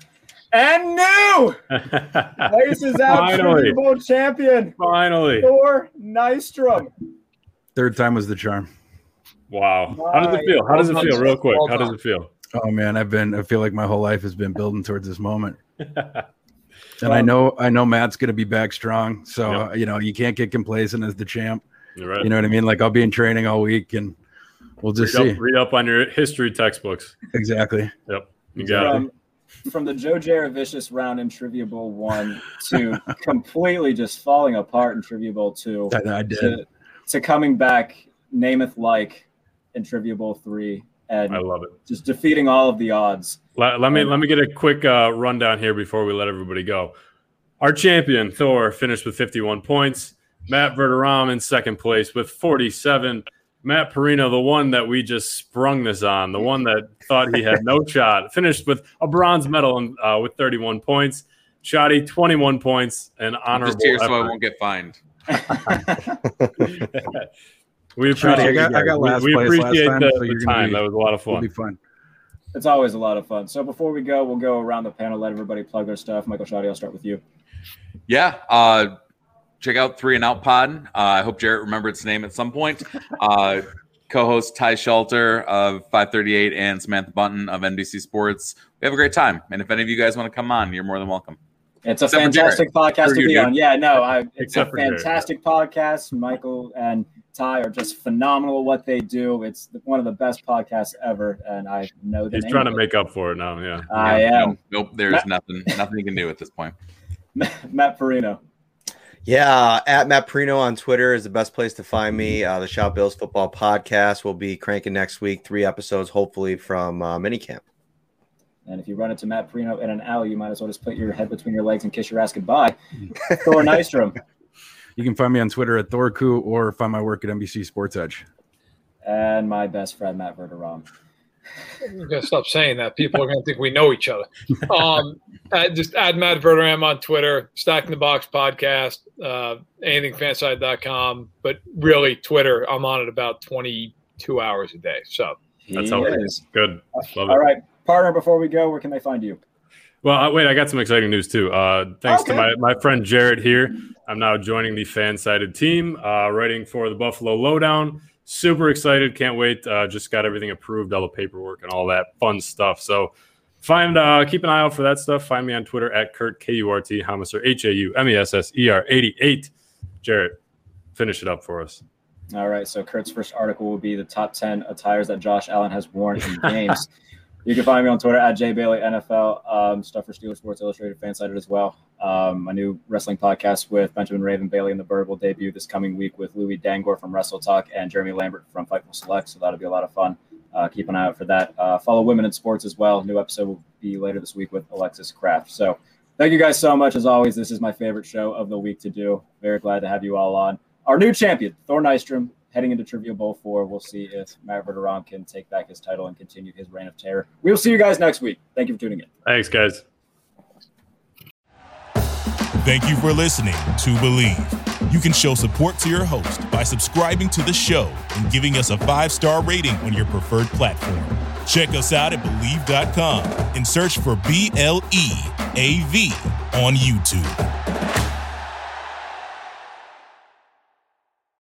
Speaker 1: and new Lace is out
Speaker 2: Finally.
Speaker 1: Super Bowl champion
Speaker 2: Finally.
Speaker 1: for Nystrom.
Speaker 6: Third time was the charm.
Speaker 2: Wow. How does it feel? How does it feel? Real quick. How does it feel? (laughs)
Speaker 6: Oh man, I've been. I feel like my whole life has been building towards this moment. And I know, I know Matt's going to be back strong. So uh,
Speaker 2: Yeah.
Speaker 6: you know, you can't get complacent as the champ.
Speaker 2: You're right.
Speaker 6: You know what I mean? Like I'll be in training all week, and we'll just
Speaker 2: read,
Speaker 6: see.
Speaker 2: up, read up on your history textbooks.
Speaker 6: Exactly.
Speaker 2: You got it.
Speaker 1: from, from the Joe Jarrett vicious round in Trivia Bowl one
Speaker 2: (laughs)
Speaker 1: to completely just falling apart in Trivia Bowl two
Speaker 6: I, I did.
Speaker 1: to, to coming back Namath like in Trivia Bowl three and
Speaker 2: I love it.
Speaker 1: just defeating all of the odds.
Speaker 2: Let, let me let me get a quick uh, rundown here before we let everybody go. Our champion Thor finished with 51 points. Matt Verderam in second place with 47. Matt Perino, the one that we just sprung this on, the one that thought he had
Speaker 6: (laughs)
Speaker 2: no shot, finished with a bronze medal and, uh, with 31 points. Shoddy 21 points and
Speaker 3: I'm
Speaker 2: honorable.
Speaker 3: just here so I
Speaker 2: effort.
Speaker 3: won't get fined.
Speaker 2: we
Speaker 6: Shoddy, I
Speaker 2: appreciate,
Speaker 6: got- I got
Speaker 2: we-
Speaker 6: last
Speaker 2: we
Speaker 6: place last
Speaker 2: appreciate
Speaker 6: time,
Speaker 2: the,
Speaker 6: so you're
Speaker 2: the
Speaker 6: gonna
Speaker 2: time.
Speaker 6: be-
Speaker 2: that was a lot of
Speaker 6: It'll be
Speaker 2: fun.
Speaker 6: fun.
Speaker 1: It's always a lot of fun. So before we go, we'll go around the panel, let everybody plug their stuff. Michael Shoddy, I'll start with you.
Speaker 3: Yeah. Uh, check out Three and Out Pod. Uh, I hope Jarrett remembered its name at some point. Uh, co-host Ty Shelter of 538 and Samantha Button of NBC Sports. We have a great time, and if any of you guys want to come on, you're more than welcome.
Speaker 1: It's a
Speaker 3: Except for
Speaker 1: fantastic podcast
Speaker 3: For
Speaker 1: to
Speaker 3: you,
Speaker 1: be
Speaker 3: dude.
Speaker 1: on. Yeah, no, I, it's
Speaker 2: Except
Speaker 1: a
Speaker 2: for Jared.
Speaker 1: fantastic podcast. Michael and Ty are just phenomenal at what they do. It's the- one of the best podcasts ever, and I know the
Speaker 2: He's
Speaker 1: name
Speaker 2: trying to
Speaker 1: of it.
Speaker 2: make up for it now. Yeah.
Speaker 1: I am
Speaker 3: Nope, nope there's nothing, nothing you can do at this point.
Speaker 1: Matt Perino.
Speaker 5: Yeah, at Matt Prino on Twitter is the best place to find me. Uh, the Shop Bills Football Podcast will be cranking next week, three episodes hopefully from uh, minicamp.
Speaker 1: And if you run into Matt Perino in an alley, you might as well just put your head between your legs and kiss your ass goodbye.
Speaker 2: (laughs)
Speaker 1: Thor Nystrom.
Speaker 6: You can find me on Twitter at Thorku or find my work at NBC Sports Edge.
Speaker 1: And my best friend, Matt Verderam.
Speaker 4: I'm gonna stop saying that. People are gonna think we know each other. Um, uh, just add Matt Verderam on Twitter, Stack in the Box podcast, uh, anythingfanside.com, but really Twitter. I'm on it about 22 hours a day. So
Speaker 2: That's
Speaker 1: He
Speaker 2: how it
Speaker 1: is.
Speaker 2: Good. Love
Speaker 1: All
Speaker 2: it.
Speaker 1: right, partner, before we go, where can they find you?
Speaker 2: Well, uh, wait, I got some exciting news too. Uh, thanks to my, my friend Jared here, I'm now joining the fan sided team, uh, writing for the Buffalo Lowdown. Super excited. Can't wait. Uh, just got everything approved, all the paperwork and all that fun stuff. So find uh, keep an eye out for that stuff. Find me on Twitter at Kurt, K U R T, Hamiser, H A U M E S S E R 88. Jared, finish it up for us.
Speaker 1: All right. So Kurt's first article will be the top 10 attires that Josh Allen has worn in games. you can find me on Twitter at JBaileyNFL, um, stuff for Steelers Sports Illustrated Fansided as well. Um, my new wrestling podcast with Benjamin Raven Bailey and the Bird will debut this coming week with Louis Dangor from Wrestle Talk and Jeremy Lambert from Fightful Select. So that'll be a lot of fun. Uh, keep an eye out for that. Uh, follow Women in Sports as well. New episode will be later this week with Alexis Kraft. So thank you guys so much. As always, this is my favorite show of the week to do. Very glad to have you all on our new champion, Thor Nystrom, heading into Trivia Bowl 4. We'll see if Matt Verderam can take back his title and continue his reign of terror. We'll see you guys next week. Thank you for tuning in.
Speaker 2: Thanks, guys.
Speaker 8: Thank you for listening to Believe. You can show support to your host by subscribing to the show and giving us a five star rating on your preferred platform. Check us out at Believe.com and search for B L E A V on YouTube.